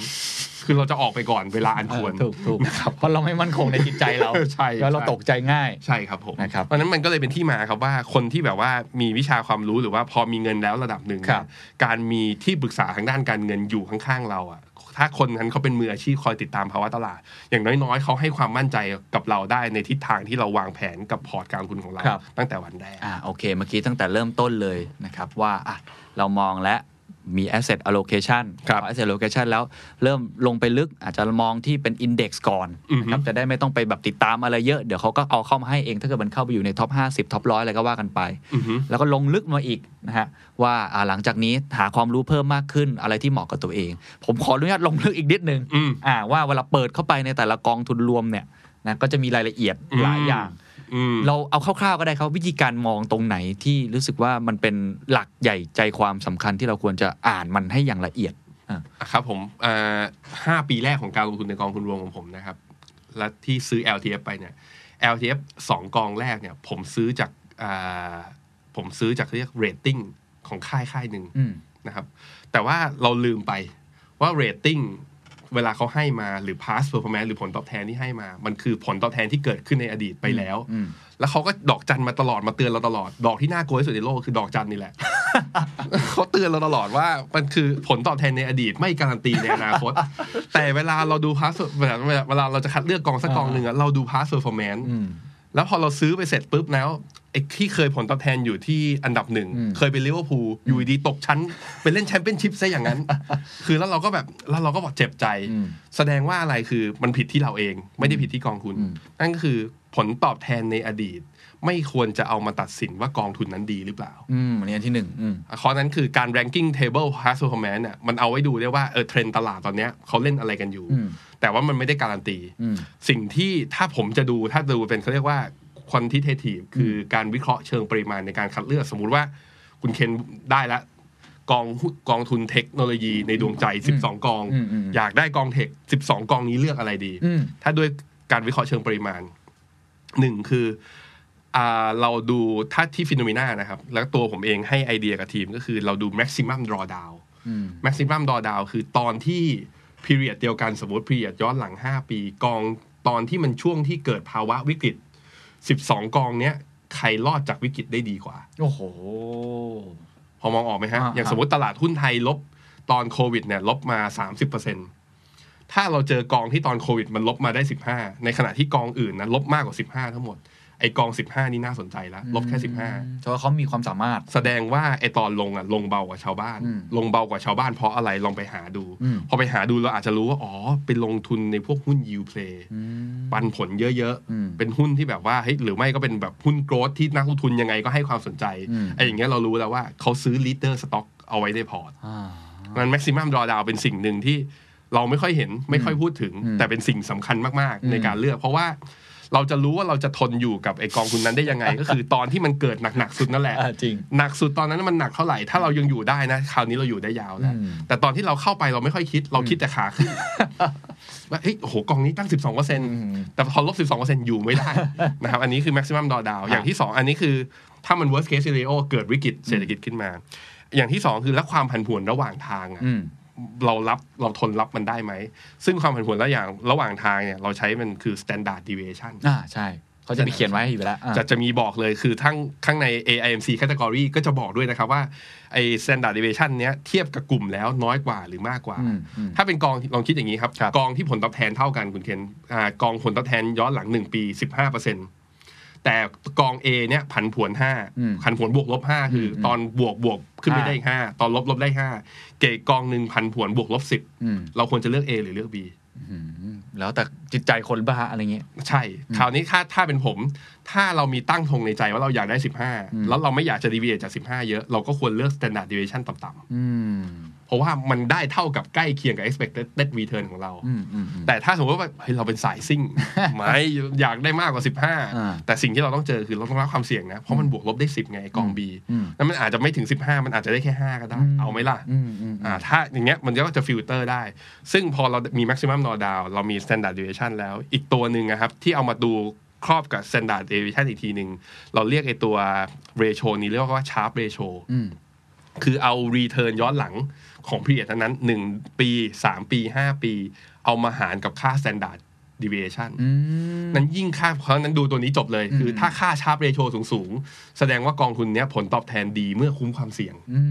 S3: คือเราจะออกไปก่อนเวลาอันควร
S2: เออถูกถูกเพราะเราไม่มั่นคงในจิตใจเรา
S3: ใช่
S2: แล้วเรา
S3: ใช่
S2: ตกใจง่าย
S3: ใช่ครับผม
S2: นะครับ
S3: เพราะฉะนั้นมันก็เลยเป็นที่มาครับว่าคนที่แบบว่ามีวิชาความรู้หรือว่าพอมีเงินแล้วระดับหนึ่ง
S2: ครับ
S3: การมีที่ปรึกษาทางด้านการเงินอยู่ข้างๆเราอ่ะถ้าคนนั้นเขาเป็นมืออาชีพคอยติดตามภาวะตลาด อย่างน้อยๆเขาให้ความมั่นใจกับเราได้ในทิศทางที่เราวางแผนกับพอร์ตการลงทุนของเรา
S2: ครับ
S3: ตั้งแต่วันแรก
S2: อ่าโอเค เมื่อกี้ตั้งแต่เริ่มต้นเลยนะครับ ว่าอ่ะเรามองและมี asset allocation
S3: ครับ
S2: พอ asset allocation แล้วเริ่มลงไปลึกอาจจะมองที่เป็น index ก่อน
S3: อือฮึ
S2: นะครับจะได้ไม่ต้องไปแบบติดตามอะไรเยอะ เดี๋ยวเขาก็เอาเข้ามาให้เอง ถ้าเกิดมันเข้าไปอยู่ในท็อป50ท็อปร้อยอะไรก็ว่ากันไป
S3: อือฮึ
S2: แล้วก็ลงลึกมาอีกนะฮะว่าอ่าหลังจากนี้หาความรู้เพิ่มมากขึ้นอะไรที่เหมาะกับตัวเอง ผมขออนุญาตลงลึกอีกนิดนึง
S3: อืม
S2: อ่าว่าเวลาเปิดเข้าไปในแต่ละกองทุนรวมเนี่ยนะก็จะมีรายละเอียดหลายอย่าง
S3: อืม
S2: เราเอาคร่าวๆก็ได้ครับวิธีการมองตรงไหนที่รู้สึกว่ามันเป็นหลักใหญ่ใจความสำคัญที่เราควรจะอ่านมันให้อย่างละเอียด
S3: อ่ะครับผมเอ่อห้าปีแรกของการลงทุนในกองทุนรวมของผมนะครับ และที่ซื้อ LTF ไปเนี่ย LTF สองกองแรกเนี่ยผมซื้อจากอ่าผมซื้อจากเรียกเรตติ้งของค่ายค่ายหนึ่ง
S2: อืม
S3: นะครับแต่ว่าเราลืมไปว่าเรตติ้งเวลาเขาให้มาหรือ past performance หรือผลตอบแทนที่ให้มา มันคือผลตอบแทนที่เกิดขึ้นในอดีตไปแล้ว
S2: อืม
S3: แล้วเขาก็ดอกจันมาตลอดมาเตือนเราตลอด ดอกที่น่ากลัวที่สุดในโลกคือดอกจันนี่แหละ เขาเตือนเราตลอดว่ามันคือผลตอบแทนในอดีตไม่การันตีในอนา คต แต่เวลาเราดู past เวลาเวลาเราจะคัดเลือกกองสักกองหนึ่งอะเราดู past performance
S2: อืม
S3: แล้วพอเราซื้อไปเสร็จปุ๊บแล้วไอ้ที่เคยผลตอบแทนอยู่ที่อันดับหนึ่ง
S2: อืม
S3: เคยเป็นลิเวอร์พูลอยู่ดีๆตกชั้น ไปเล่นแชมเปี้ยนชิพซะอย่างนั้น คือแล้วเราก็แบบแล้วเราก็บอกเจ็บใจ
S2: อืม
S3: แสดงว่าอะไรคือมันผิดที่เราเองไม่ได้ผิดที่กองทุน
S2: อืม
S3: นั่นก็คือผลตอบแทนในอดีต ไม่ควรจะเอามาตัดสินว่ากองทุนนั้นดีหรือเปล่า
S2: อืมอันนี้อันที่หนึ่งอืม
S3: ข้อนั้นคือการ ranking table past performance เนี่ยมันเอาไว้ดูได้ว่าเออเทรนด์ตลาดตอนเนี้ยเขาเล่นอะไรกันอยู่
S2: อืม
S3: แต่ว่ามันไม่ได้การันตี
S2: อืม
S3: สิ่งที่ถ้าผมจะดูถ้าดูเป็นเขาเรียกว่า quantitative คือการวิเคราะห์เชิงปริมาณในการคัดเลือก สมมุติว่าคุณเคนได้ละ กองหุ้นกองทุนเทคโนโลยีในดวงใจ 12 กอง
S2: อืมอืมอืม
S3: อยากได้กองเทค 12 กองนี้เลือกอะไรดี
S2: อืม
S3: ถ้าด้วยการวิเคราะห์เชิงปริมาณหนึ่งคืออ่าเราดูถ้าที่ฟิโนเมนานะครับ แล้วตัวผมเองให้ไอเดียกับทีมก็คือเราดู maximum drawdown
S2: อืม
S3: maximum drawdown คือตอนที่ period เดียวกันสมมติ period ย้อนหลัง 5 ปีกองตอนที่มันช่วงที่เกิดภาวะวิกฤต 12 กองเนี้ยใครรอดจากวิกฤตได้ดีกว่า
S2: โอ้โห
S3: พอมองออกไหมฮะ
S2: อ่า
S3: อย่างสมมติตลาดหุ้นไทยลบตอนโควิดเนี่ยลบมา 30%ถ้าเราเจอกองที่ตอนโควิดมันลบมาได้ 15 ในขณะที่กองอื่นนะลบมากกว่า 15 ทั้งหมด ไอกอง 15 นี่น่าสนใจแล้วลบแค่
S2: อืมเพราะว่าเขามีความสามารถ
S3: 15 แสดงว่าไอตอนลงอ่ะลงเบากว่าชาวบ้าน
S2: อืม
S3: ลงเบากว่าชาวบ้านเพราะอะไรลองไปหาดู
S2: อืม
S3: พอไปหาดูเราอาจจะรู้ว่า อ๋อไปลงทุนในพวกหุ้นยูเพลย์
S2: อืม
S3: ปันผลเยอะ
S2: อืม
S3: ๆ เป็นหุ้นที่แบบว่าเฮ้ยหรือไม่ก็เป็นแบบหุ้นโกรดที่นักลงทุนยังไงก็ให้ความสนใจ
S2: อืม
S3: ไอ้อย่างเงี้ยเรารู้แล้วว่าเขาซื้อ leader stock เอาไว้ในพอร์ต
S2: อ่า
S3: มัน maximum drawdown เป็นสิ่งหนึ่งที่เราไม่ค่อยเห็นไม่ค่อยพูดถึง
S2: อืม
S3: แต่เป็นสิ่งสำคัญมาก
S2: อื
S3: ๆ
S2: ม
S3: ในการเลือก เพราะว่าเราจะรู้ว่าเราจะทนอยู่กับไอ้กองทุนนั้นได้ยังไง ก็คือตอนที่มันเกิดหนักๆสุดนั่นแหละ
S2: อ่าจริง
S3: หนักสุดตอนนั้นมันหนักเท่าไหร่ถ้าเรายังอยู่ได้นะ คราวนี้เราอยู่ได้ยาวแล้ว
S2: อืม
S3: แต่ตอนที่เราเข้าไปเราไม่ค่อยคิด เราคิดแต่ขาขึ้นว่าเฮ้ยโอ้โหกองนี้ตั้ง 12เปอร์เซ็นต์แต่พอลบ 12เปอร์เซ็นต์อยู่ไม่ได้ นะครับ อันนี้คือ maximum drawdown อย่างที่ 2 อันนี้คือถ้ามัน worst case scenario เกิดวิกฤตเศรษฐกิจขึ้นมา อย่างที่ 2 คือแล้วความผันผวนระหว่างทางอะ
S2: อืม
S3: เรารับเราทนรับมันได้ไหม ซึ่งความผันผวนระหว่างระหว่างทางเนี่ยเราใช้มันคือ standard deviation
S2: อ่าใช่ เขาจะมีเขียนไว้ให้อยู่แล้วอ่า
S3: จะจะมีบอกเลยคือทั้งข้างใน AIMC category ก็จะบอกด้วยนะครับว่าไอ้ standard deviation เนี้ยเทียบกับกลุ่มแล้วน้อยกว่าหรือมากกว่า
S2: อืมอืม
S3: ถ้าเป็นกองลองคิดอย่างนี้ครับ
S2: ครับ
S3: กองที่ผลตอบแทนเท่ากันคุณเคนอ่ากองผลตอบแทนย้อนหลัง 1 ปี 15%แต่กอง A เนี่ยผันผวน
S2: อืม
S3: 5 ผันผวนบวกลบ 5 คืออตอนบวกบวกขึ้นไปได้อีกห้าตอนลบลบได้ห้าเกรดกองหนึ่งผันผวนบวกลบสิบ
S2: อืม
S3: เราควรจะเลือก A หรือเลือก B
S2: อืมแล้วแต่จิตใจคนบ้าอะไรเงี้ย
S3: ใช่ คราวนี้ถ้าถ้าเป็นผม ถ้าเรามีตั้งธงในใจว่าเราอยากได้ 15 แล้วเราไม่อยากจะดีเวียจาก 15 เยอะ เราก็ควรเลือก standard deviation ต่ำ
S2: อืม
S3: ๆ ผ ราะว่ามันได้เท่ากับใกล้เคียงกับ expected return ของเรา
S2: อืมอืมอืม
S3: แต่ถ้าสมมติว่าเฮ้ยเราเป็นสาย ซิ่ง ไม่อยากได้มากกว่า
S2: อ่า
S3: 15 แต่สิ่งที่เราต้องเจอคือเราต้องรับความเสี่ยงนะ เพราะมันบวกลบได้ 10 ไงไอ้กอง B
S2: อืม
S3: แล้วมันอาจจะไม่ถึง 15 มันอาจจะได้แค่ 5 ก็ได้
S2: อืม
S3: เอาไหมล่ะ
S2: อืมอืมอืม
S3: อ่าถ้าอย่างเงี้ยมันก็จะฟิลเตอร์ได้ ซึ่งพอเรามี maximum n o r d o w n เรามี standard deviation แล้ว อีกตัวหนึ่งนะครับ ที่เอามาดูครอบกับ standard deviation อีกทีหนึ่งเราเรียกไอตัว ratio นี้เรียกว่า sharp ratio
S2: อืม
S3: คือเอา return ย้อนหลังของ period นั้นๆหนึ่งปี 3 ปี 5 ปี เอามาหารกับค่า standard deviation
S2: อืม
S3: นั้นยิ่งค่าเพราะฉะนั้นดูตัวนี้จบเลย คือถ้าค่าชาร์ปเรโชสูงๆ แสดงว่ากองทุนเนี้ยผลตอบแทนดีเมื่อคุ้มความเสี่ยง
S2: อืม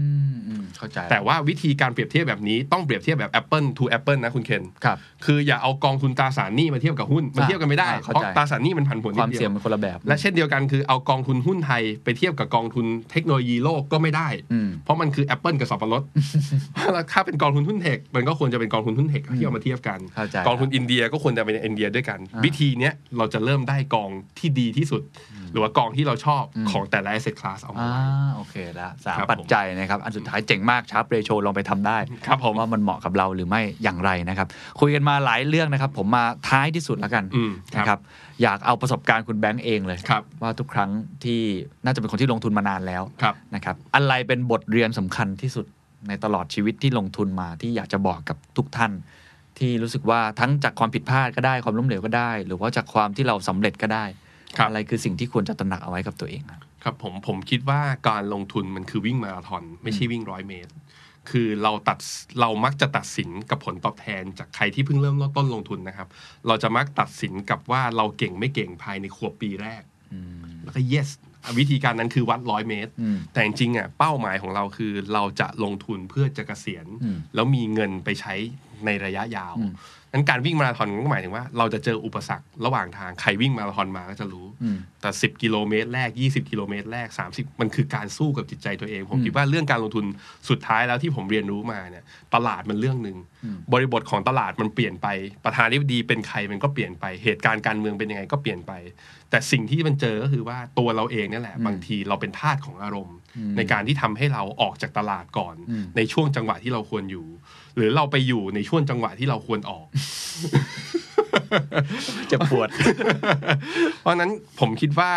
S2: อืมเข้าใจ
S3: แต่ว่าวิธีการเปรียบเทียบแบบนี้ต้องเปรียบเทียบแบบ Apple to Apple นะคุณเคน
S2: ครับ
S3: คืออย่าเอากองทุนตราสารหนี้มาเทียบกับหุ้น มัน
S2: อ่า
S3: เทียบกันไม่ได้
S2: อ่าเข้าใจ
S3: เพราะตราสารหนี้มันผันผวน
S2: ค
S3: นิ
S2: วาม
S3: ดเดี
S2: เสี่ย
S3: ย
S2: ง
S3: ว
S2: มันคนละแบบ
S3: และเช่นเดียวกันคือเอากองทุนหุ้นไทยไปเทียบกับกองทุนเทคโนโลยีโลกก็ไม่ได้
S2: อืม
S3: เพราะมันคือ Apple กับสับปะรด แล้วถ้าเป็นกองทุนหุ้นเทค มันก็ควรจะเป็นกองทุนหุ้นเทคที่เอามาเทียบกัน
S2: เข้าใจ
S3: กองทุนอินเดียก็ควรจะเป็นอินเดียด้วยกัน
S2: อ่า
S3: วิธีเนี้ยเราจะเริ่มได้กองที่ดีที่สุด หรือว่ากองที่เราชอบ
S2: อืม
S3: ของแต่ละ asset class เอามา
S2: อ่า
S3: ไว้
S2: โอเคละสาม
S3: ครับ
S2: ปัจจัยนะครับ อันสุดท้ายเจ๋งมากชาร์ปเรโชลองไปทำได้
S3: ครับผม
S2: ว่ามันเหมาะกับเราหรือไม่อย่างไรนะครับ คุยกันมาหลายเรื่องนะครับ ผมมาท้ายที่สุดแล้วกัน
S3: อืมครับ
S2: นะครับ อยากเอาประสบการณ์คุณแบงค์เองเลย
S3: ครับ
S2: ว่าทุกครั้งที่น่าจะเป็นคนที่ลงทุนมานานแล้ว
S3: ครับ
S2: นะครับอะไรเป็นบทเรียนสำคัญที่สุดในตลอดชีวิตที่ลงทุนมาที่อยากจะบอกกับทุกท่าน ที่รู้สึกว่าทั้งจากความผิดพลาดก็ได้ความล้มเหลวก็ได้ หรือว่าจากความที่เราสำเร็จก็ได้
S3: ครับ
S2: อะไรคือสิ่งที่ควรจะตระหนักเอาไว้กับตัวเองครับ
S3: ครับผมผมคิดว่าการลงทุนมันคือวิ่งมาราธอนไม่ใช่วิ่งร้อยเมตร คือเราตัดเรามักจะตัดสินกับผลตอบแทน จากใครที่เพิ่งเริ่มต้นลงทุนนะครับ เราจะมักตัดสินกับว่าเราเก่งไม่เก่งภายในขวบปีแรก แล้วก็ yes อ่ะวิธีการนั้นคือวัดร้อยเมตร
S2: อืม
S3: แต่จริงๆอ่ะเป้าหมายของเราคือเราจะลงทุนเพื่อจะเกษียณ
S2: อืม
S3: แล้วมีเงินไปใช้ในระยะยาว
S2: อืม
S3: นั้นการวิ่งมาราธอนก็หมายถึงว่าเราจะเจออุปสรรคระหว่างทางใครวิ่งมาราธอนมาก็จะรู้
S2: อืม
S3: แต่ 10 กิโลเมตรแรก 20 กิโลเมตรแรก 30 มันคือการสู้กับจิตใจตัวเอง ผมคิดว่าเรื่องการลงทุนสุดท้ายแล้วที่ผมเรียนรู้มาเนี่ยตลาดมันเรื่องหนึ่งบริบทของตลาดมันเปลี่ยนไป ประธานาธิบดีเป็นใครมันก็เปลี่ยนไปเหตุการณ์การเมืองเป็นยังไงก็เปลี่ยนไป แต่สิ่งที่มันเจอก็คือว่าตัวเราเองเนี่ยแหละ บางทีเราเป็นทาสของอารมณ์ ในการที่ทำให้เราออกจากตลาดก่อน
S2: อืม
S3: ในช่วงจังหวะที่เราควรอยู่ หรือเราไปอยู่ในช่วงจังหวะที่เราควรออก
S2: เจ็บปวด
S3: เพราะฉะนั้นผมคิดว่า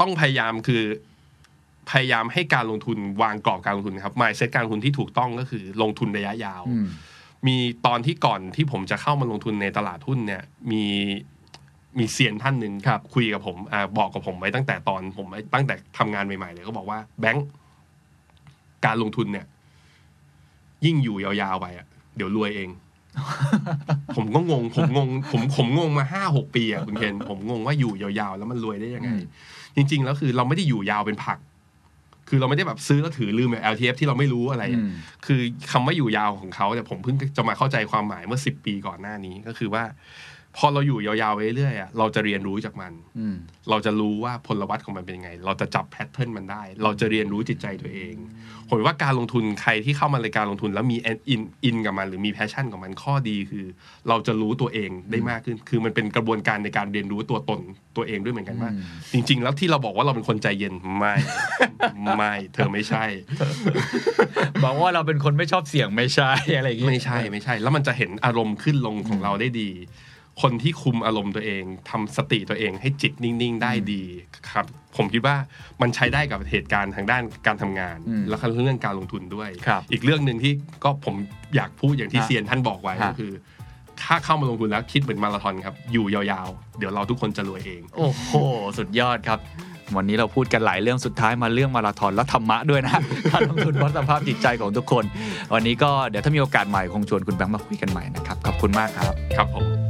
S3: ต้องพยายามคือพยายามให้การลงทุนวางกรอบการลงทุนนะครับ mindset การลงทุนที่ถูกต้องก็คือลงทุนระยะยาว มีตอนที่ก่อนที่ผมจะเข้ามาลงทุนในตลาดหุ้นเนี่ยมีมีเซียนท่านหนึ่งครับ คุยกับผมอาบอกกับผมไว้ตั้งแต่ตอนผมตั้งแต่ทำงานใหม่ๆเลยก็บอกว่าแบงค์การลงทุนเนี่ย ยิ่งอยู่ยาวๆไปอะเดี๋ยวรวยเอง ผมก็งง ผมงง ผมผมงงมาห้าหกปีอะคุณเคนผมงงว่าอยู่ยาวๆ แล้วมันรวยได้ยังไง
S2: อืม
S3: จริง ๆ แล้วคือเราไม่ได้อยู่ยาวเป็นผัก คือเราไม่ได้แบบซื้อแล้วถือลืมแบบ LTF ที่เราไม่รู้อะไรอะ คือคำว่าอยู่ยาวของเขาเนี่ยผมเพิ่งจะมาเข้าใจความหมายเมื่อ 10 ปีก่อนหน้านี้ก็คือว่า พอเราอยู่ยาวๆไปเรื่อยๆอะเราจะเรียนรู้จากมัน
S2: อืม
S3: เราจะรู้ว่าพลวัตของมันเป็นยังไง เราจะจับแพทเทิร์นมันได้ เราจะเรียนรู้จิตใจตัวเองผมว่าการลงทุนใครที่เข้ามาในการลงทุน แล้วมีอินอินกับมัน หรือมีแพชชั่นกับมันข้อดีคือ เราจะรู้ตัวเองได้มากขึ้น คือมันเป็นกระบวนการในการเรียนรู้ตัวตนตัวเองด้วยเหมือนกันว่า จริง ๆ แล้วที่เราบอกว่าเราเป็นคนใจเย็นไม่ ไม่เธอไม่ใช่
S2: บอกว่าเราเป็นคนไม่ชอบเสียงไม่ใช่ อะไรอย่างงี้
S3: ไม่ใช่ไม่ใช่ แล้วมันจะเห็นอารมณ์ขึ้นลงของเราได้ดี คนที่คุมอารมณ์ตัวเองทำสติตัวเองให้จิตนิ่งๆ ได้ดีครับ ผมคิดว่ามันใช้ได้กับเหตุการณ์ทางด้านการทำงาน
S2: อืม
S3: แล้วก็เรื่องการลงทุนด้วย
S2: ครับ
S3: อีกเรื่องหนึ่งที่ก็ผมอยากพูดอย่างที่
S2: ฮะ
S3: เซียนท่านบอกไว้
S2: ฮะ
S3: ก็คือ ถ้าเข้ามาลงทุนแล้วคิดเหมือนมาราธอนครับอยู่ยาวๆ เดี๋ยวเราทุกคนจะรวยเอง
S2: โอ้โห สุดยอดครับ วันนี้เราพูดกันหลายเรื่องสุดท้ายมาเรื่องมาราธอนและธรรมะด้วยนะ การลงทุนวัดสภาพจิตใจของทุกคน วันนี้ก็เดี๋ยวถ้ามีโอกาสใหม่คงชวนคุณแบงค์มาคุยกันใหม่นะครับ ขอบคุณมากครับ
S3: ครับผม